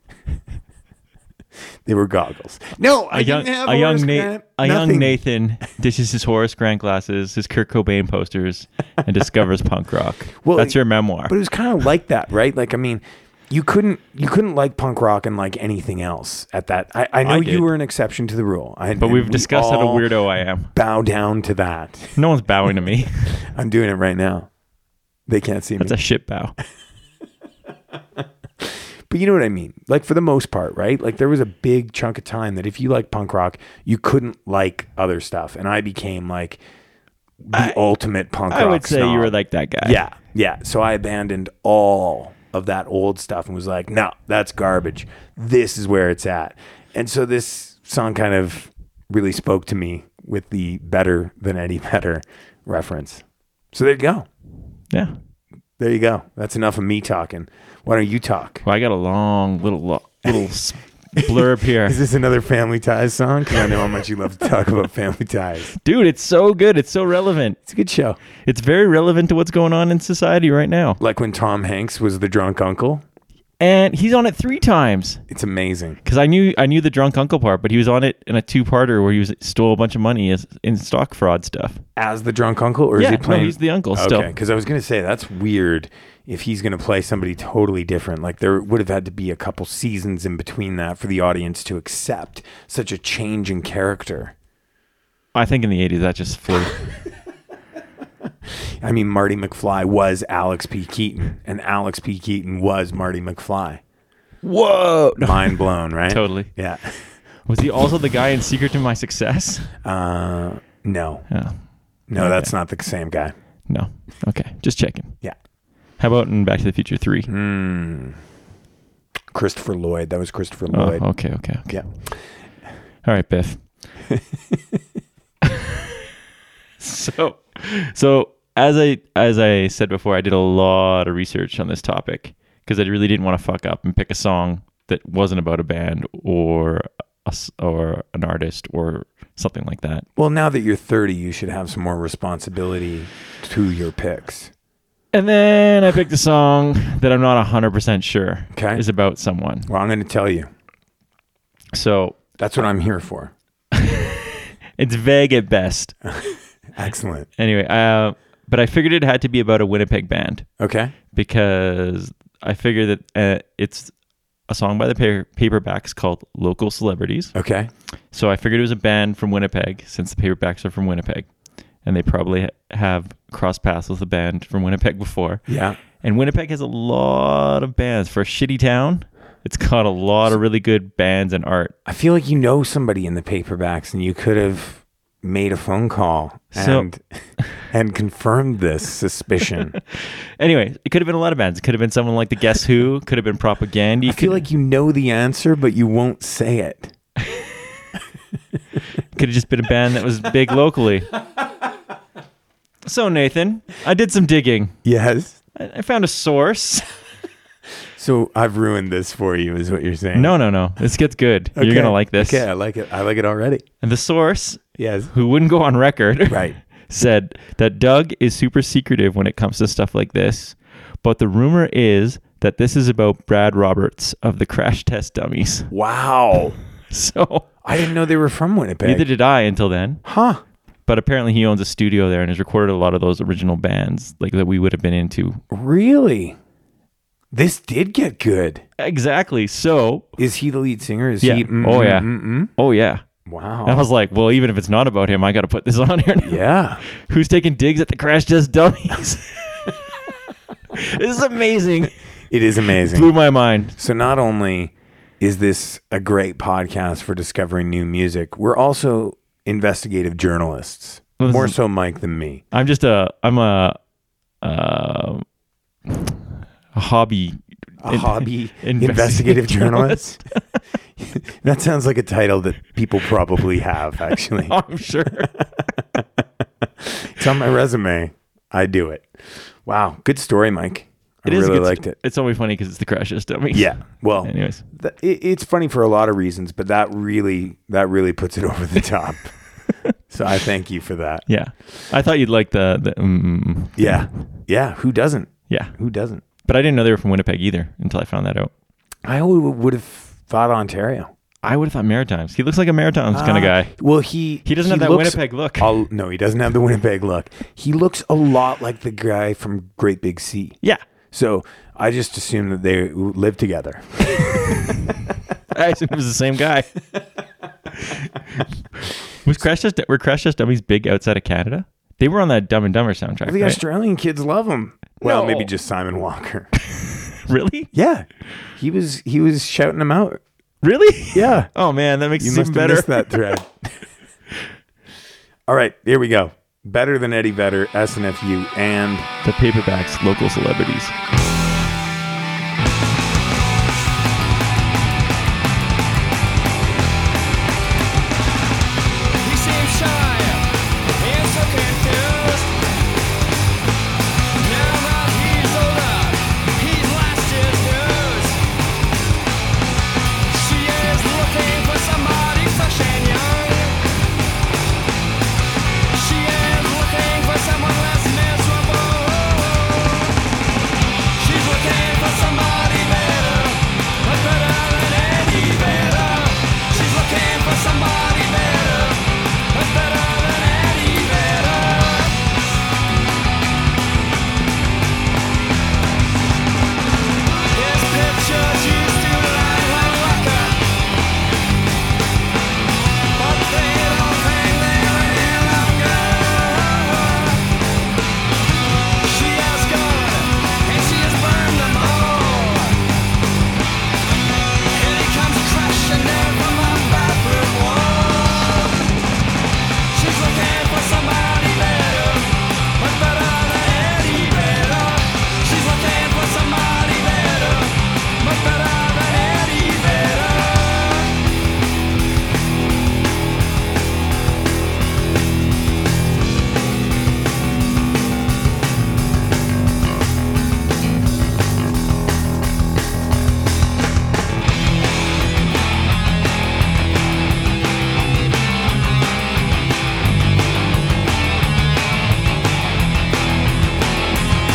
Speaker 1: they were goggles. No, I
Speaker 2: a young,
Speaker 1: didn't have
Speaker 2: a young,
Speaker 1: Horace
Speaker 2: Na-
Speaker 1: Grant.
Speaker 2: a young
Speaker 1: Nothing.
Speaker 2: Nathan ditches his Horace Grant glasses, his Kurt Cobain posters, and discovers punk rock.
Speaker 1: Well,
Speaker 2: That's your memoir.
Speaker 1: But it was kind of like that, right? Like, I mean, you couldn't you couldn't like punk rock and like anything else at that. I, I know
Speaker 2: I did.
Speaker 1: you were an exception to the rule, I,
Speaker 2: But
Speaker 1: and
Speaker 2: we've
Speaker 1: we
Speaker 2: discussed what a
Speaker 1: all
Speaker 2: weirdo I am.
Speaker 1: Bow down to that.
Speaker 2: No one's bowing to me.
Speaker 1: I'm doing it right now. They can't see me,
Speaker 2: That's a shit bow.
Speaker 1: but you know what I mean. Like for the most part, right? Like there was a big chunk of time that if you like punk rock, you couldn't like other stuff, and I became like the ultimate punk
Speaker 2: I
Speaker 1: rock.
Speaker 2: would say you
Speaker 1: snob.
Speaker 2: were like that guy.
Speaker 1: Yeah, yeah. So I abandoned all of that old stuff and was like, no, that's garbage. This is where it's at. And so this song kind of really spoke to me with the better than Eddie Vedder reference. So there you go.
Speaker 2: Yeah.
Speaker 1: There you go. That's enough of me talking. Why don't you talk?
Speaker 2: Well, I got a long little lo- little s- blurb here.
Speaker 1: Is this another Family Ties song? Because I know how much you love to talk about Family Ties.
Speaker 2: Dude, it's so good. It's so relevant.
Speaker 1: It's a good show.
Speaker 2: It's very relevant to what's going on in society right now.
Speaker 1: Like when Tom Hanks was the drunk uncle.
Speaker 2: And he's on it 3 times.
Speaker 1: It's amazing.
Speaker 2: because I knew I knew the drunk uncle part, but he was on it in a two-parter where he was stole a bunch of money as, in stock fraud stuff.
Speaker 1: as the drunk uncle, or
Speaker 2: Yeah,
Speaker 1: is he
Speaker 2: no,
Speaker 1: playing?
Speaker 2: he's the uncle still.
Speaker 1: because I was gonna say that's weird if he's gonna play somebody totally different. Like there would have had to be a couple seasons in between that for the audience to accept such a change in character.
Speaker 2: I think in the '80s that just flew.
Speaker 1: I mean, Marty McFly was Alex P. Keaton, and Alex P. Keaton was Marty McFly.
Speaker 2: Whoa!
Speaker 1: Mind blown, right?
Speaker 2: Totally.
Speaker 1: Yeah.
Speaker 2: Was he also the guy in Secret to My Success?
Speaker 1: Uh, no,
Speaker 2: Oh,
Speaker 1: no, that's not the same guy.
Speaker 2: no. Okay, just checking.
Speaker 1: Yeah.
Speaker 2: How about in Back to the Future Three?
Speaker 1: Christopher Lloyd. That was Christopher
Speaker 2: Oh,
Speaker 1: Lloyd.
Speaker 2: okay, okay, okay.
Speaker 1: Yeah.
Speaker 2: All right, Biff. so, so as I as I said before, I did a lot of research on this topic because I really didn't want to fuck up and pick a song that wasn't about a band or us or an artist or something like that.
Speaker 1: Well, now that you're 30, you should have some more responsibility to your picks.
Speaker 2: And then I picked a song that I'm not 100% sure
Speaker 1: Okay.
Speaker 2: is about someone.
Speaker 1: Well, I'm going to tell you.
Speaker 2: So,
Speaker 1: That's what I'm here for.
Speaker 2: it's vague at best.
Speaker 1: Excellent.
Speaker 2: Anyway, uh, but I figured it had to be about a Winnipeg band.
Speaker 1: Okay.
Speaker 2: because I figure that uh, it's a song by the pa- Paperbacks called Local Celebrities.
Speaker 1: Okay.
Speaker 2: So I figured it was a band from Winnipeg since the Paperbacks are from Winnipeg. And they probably ha- have crossed paths with a band from Winnipeg before.
Speaker 1: Yeah.
Speaker 2: And Winnipeg has a lot of bands. For a shitty town, it's got a lot of really good bands and art.
Speaker 1: I feel like you know somebody in the paperbacks and you could have made a phone call
Speaker 2: So-
Speaker 1: and and confirmed this suspicion.
Speaker 2: Anyway, it could have been a lot of bands. It could have been someone like the Guess Who, could have been Propaganda.
Speaker 1: I feel like you know the answer but you won't say it.
Speaker 2: Could have just been a band that was big locally. So Nathan, I did some digging.
Speaker 1: Yes.
Speaker 2: I I found a source.
Speaker 1: So I've ruined this for you is what you're saying.
Speaker 2: No, no, no. This gets good. You're
Speaker 1: Okay.
Speaker 2: gonna like this.
Speaker 1: Okay, I like it. I like it already.
Speaker 2: And the source,
Speaker 1: Yes.
Speaker 2: who wouldn't go on record,
Speaker 1: Right.
Speaker 2: said that Doug is super secretive when it comes to stuff like this. But the rumor is that this is about Brad Roberts of the Crash Test Dummies.
Speaker 1: Wow.
Speaker 2: So
Speaker 1: I didn't know they were from Winnipeg.
Speaker 2: neither did I until then.
Speaker 1: huh.
Speaker 2: But apparently he owns a studio there and has recorded a lot of those original bands like that we would have been into.
Speaker 1: Really? This did get good.
Speaker 2: Exactly. So
Speaker 1: Is he the lead singer? Is
Speaker 2: yeah.
Speaker 1: he mm,
Speaker 2: oh
Speaker 1: mm,
Speaker 2: yeah.
Speaker 1: mm,
Speaker 2: Oh yeah.
Speaker 1: Wow.
Speaker 2: And I was like, well, even if it's not about him, I got to put this on here. now.
Speaker 1: yeah.
Speaker 2: who's taking digs at the crash test dummies. this is amazing.
Speaker 1: It is amazing.
Speaker 2: Blew my mind.
Speaker 1: So not only is this a great podcast for discovering new music, we're also investigative journalists.
Speaker 2: Well, this
Speaker 1: More
Speaker 2: is-
Speaker 1: so Mike than me.
Speaker 2: I'm just a I'm a uh, a hobby.
Speaker 1: A hobby
Speaker 2: investigative
Speaker 1: investigative journalist. that sounds like a title that people probably have actually.
Speaker 2: I'm sure.
Speaker 1: It's on my resume. I do it. Wow, good story, Mike. I
Speaker 2: a
Speaker 1: really
Speaker 2: good-
Speaker 1: liked it.
Speaker 2: It's only funny because it's the crash test dummies.
Speaker 1: Yeah. Well,
Speaker 2: Anyways,
Speaker 1: th- it, it's funny for a lot of reasons, but that really that really puts it over the top. So I thank you for that.
Speaker 2: Yeah. I thought you'd like the, the mm, mm, mm.
Speaker 1: Yeah. Yeah. Who doesn't?
Speaker 2: yeah.
Speaker 1: Who doesn't?
Speaker 2: But I didn't know they were from Winnipeg either until I found that out.
Speaker 1: I w- would have thought Ontario. Uh,
Speaker 2: I would have thought Maritimes. He looks like a Maritimes kind of guy.
Speaker 1: Well, he
Speaker 2: Ah. He doesn't have that
Speaker 1: looks
Speaker 2: Winnipeg look.
Speaker 1: a- no, he doesn't have the Winnipeg look. He looks a lot like the guy from Great Big Sea.
Speaker 2: Yeah.
Speaker 1: So I just assume that they live together.
Speaker 2: I assume it was the same guy. was Crash Test were Crash Test Dummies big outside of Canada? They were on that Dumb and Dumber soundtrack.
Speaker 1: The
Speaker 2: right?
Speaker 1: Australian kids love him. Well,
Speaker 2: No.
Speaker 1: maybe just Simon Walker.
Speaker 2: Really?
Speaker 1: yeah, he was he was shouting him out.
Speaker 2: Really?
Speaker 1: Yeah,
Speaker 2: Oh man, that makes
Speaker 1: you
Speaker 2: it
Speaker 1: must
Speaker 2: seem
Speaker 1: have
Speaker 2: better.
Speaker 1: missed that thread. All right, here we go. Better than Eddie Vedder, SNFU, and
Speaker 2: The paperbacks, local celebrities.
Speaker 8: He seems shy and so confused. Now that he's older, he's lost his news. She is looking for somebody fresh and young. She is looking for someone less miserable. She's looking for somebody better, but better than any better. She's looking for somebody better. But better than any better. His pictures used to line her locker, but they don't hang there any longer. She has gone and she has burned them all. Here he comes crashing down from the bathroom wall. She's looking for somebody better, but better than any better. She's looking for somebody better, but better than any better.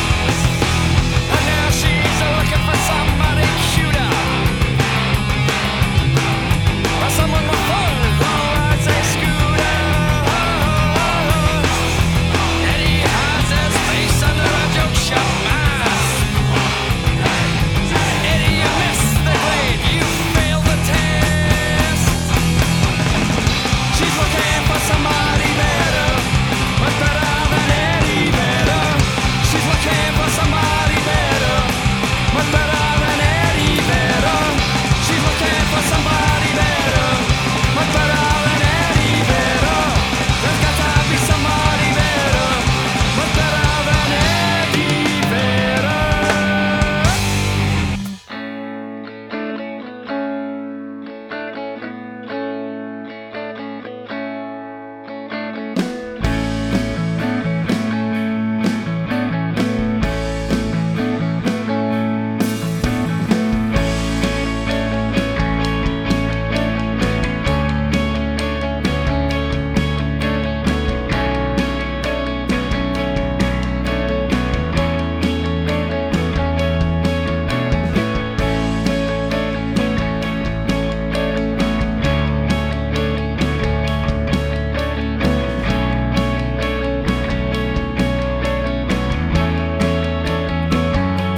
Speaker 8: And now she's looking for somebody cuter, or someone Oh, with Polaroids and scooters. And he hides his face under a joke shop mask. Eddie, you missed the grade, you failed the test. She's looking for somebody better, but better than any better. She's looking for somebody better, but better than any better. She's looking for somebody better, but better than any better. There's got to be somebody better, but better than any better.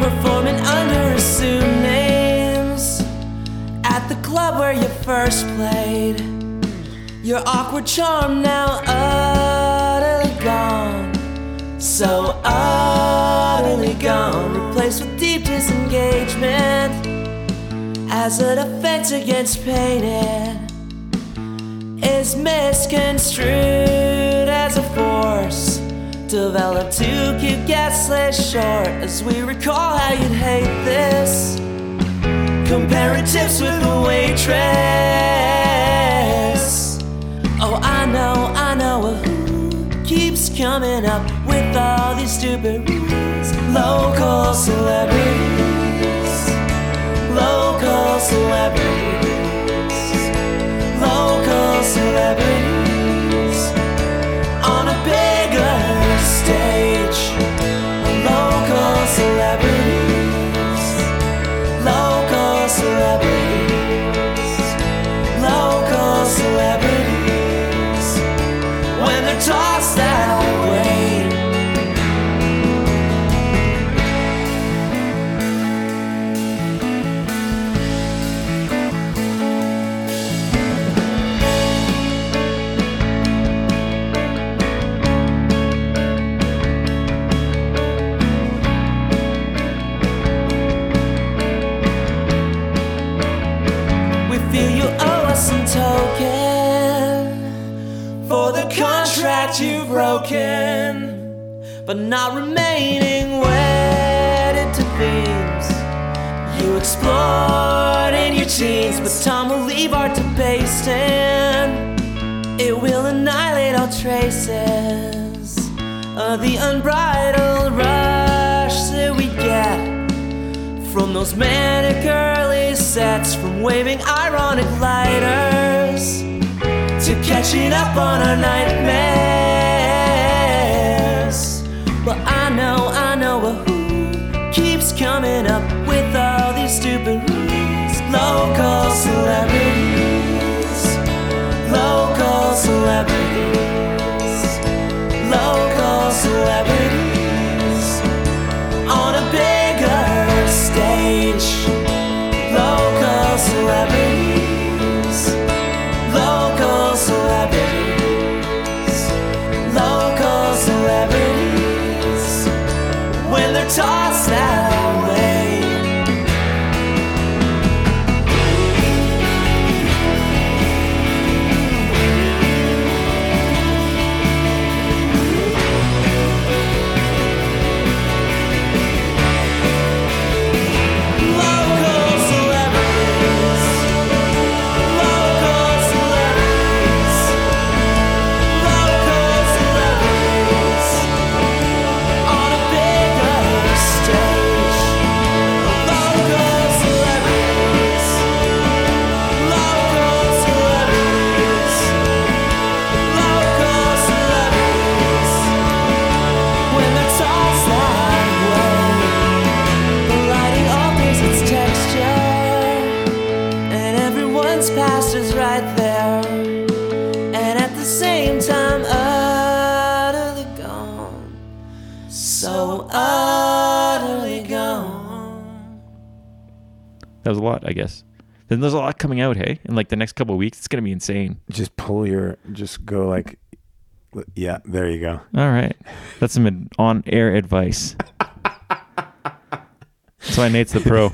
Speaker 9: performing under assumed names at the club where you first played. Your awkward charm now utterly gone, so utterly gone, replaced with deep disengagement as a defense against painted is misconstrued as a force developed to keep gaslit short as we recall how you'd hate this comparatives with a waitress oh i know i know a who keeps coming up with all these stupid rules local celebrities local celebrities local celebrities for the contract you've broken, but not remaining wedded to themes you explored in your teens. But time will leave art to paste in, it will annihilate all traces of the unbridled rush that we get from those manic early sets, from waving ironic lighters to catching up on our nightmares. Well, I know, I know a who keeps coming up with all these stupid rules. Local celebrities, local celebrities, local celebrities on a bigger stage. Local celebrities, local celebrities, local celebrities. When they're tossed away. Local celebrities, local celebrities, local celebrities on a bigger stage. Local celebrities, local celebrities, local celebrities when they're tossed that way. The lighting alters its texture, and everyone's past is right there. And at the same time, utterly gone. So utterly gone.
Speaker 2: That was a lot, I guess. Then there's a lot coming out, hey? In like the next couple of weeks, it's gonna be insane.
Speaker 1: Just pull your, just go like, yeah, there you go.
Speaker 2: All right, that's some ad- on-air advice. that's why Nate's the pro.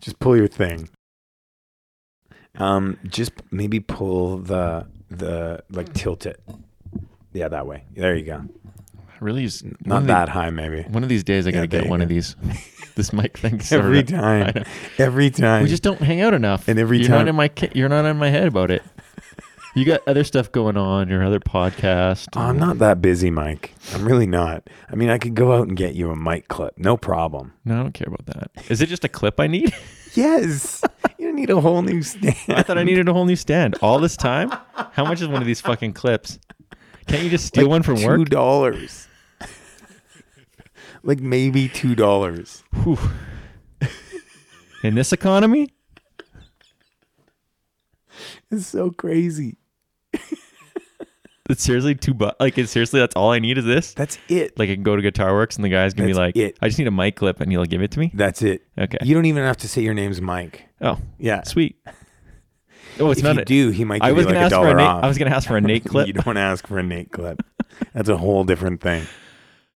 Speaker 1: Just pull your thing. Um, just maybe pull the the like tilt it. Yeah, that way. There you go.
Speaker 2: Really, is
Speaker 1: Not that high, maybe.
Speaker 2: One of these days, I gotta
Speaker 1: there
Speaker 2: get
Speaker 1: you
Speaker 2: one
Speaker 1: go.
Speaker 2: of these. This mic thing.
Speaker 1: Every
Speaker 2: sorta- I know.
Speaker 1: time. Every time.
Speaker 2: We just don't hang out enough.
Speaker 1: And every
Speaker 2: you're
Speaker 1: time-
Speaker 2: not in my ca- you're not in my head about it. You got other stuff going on. Your other podcast.
Speaker 1: Oh, I'm not that busy, Mike. I'm really not. I mean, I could go out and get you a mic clip, no problem.
Speaker 2: No, I don't care about that. Is it just a clip I need?
Speaker 1: Yes, you don't need a whole new stand.
Speaker 2: I thought I needed a whole new stand. All this time? How much is one of these fucking clips? Can't you just steal one from
Speaker 1: two
Speaker 2: work?
Speaker 1: dollars, like maybe two dollars.
Speaker 2: Whew. In this economy?
Speaker 1: It's so crazy.
Speaker 2: It's seriously two bucks. Like, it's seriously, that's all I need is this?
Speaker 1: That's it.
Speaker 2: Like, I can go to Guitar Works and the guy's going to be
Speaker 1: That's
Speaker 2: like,
Speaker 1: it.
Speaker 2: I just need a mic clip and he'll give it to me?
Speaker 1: That's it.
Speaker 2: Okay.
Speaker 1: You don't even have to say your name's Mike.
Speaker 2: Oh,
Speaker 1: Yeah.
Speaker 2: sweet. Oh, it's
Speaker 1: if
Speaker 2: not
Speaker 1: you
Speaker 2: a-
Speaker 1: do, he might give
Speaker 2: I was
Speaker 1: you
Speaker 2: gonna
Speaker 1: like a
Speaker 2: ask for
Speaker 1: dollar
Speaker 2: a Nate,
Speaker 1: off.
Speaker 2: I was gonna ask for a Nate clip.
Speaker 1: you don't ask for a Nate clip. That's a whole different thing.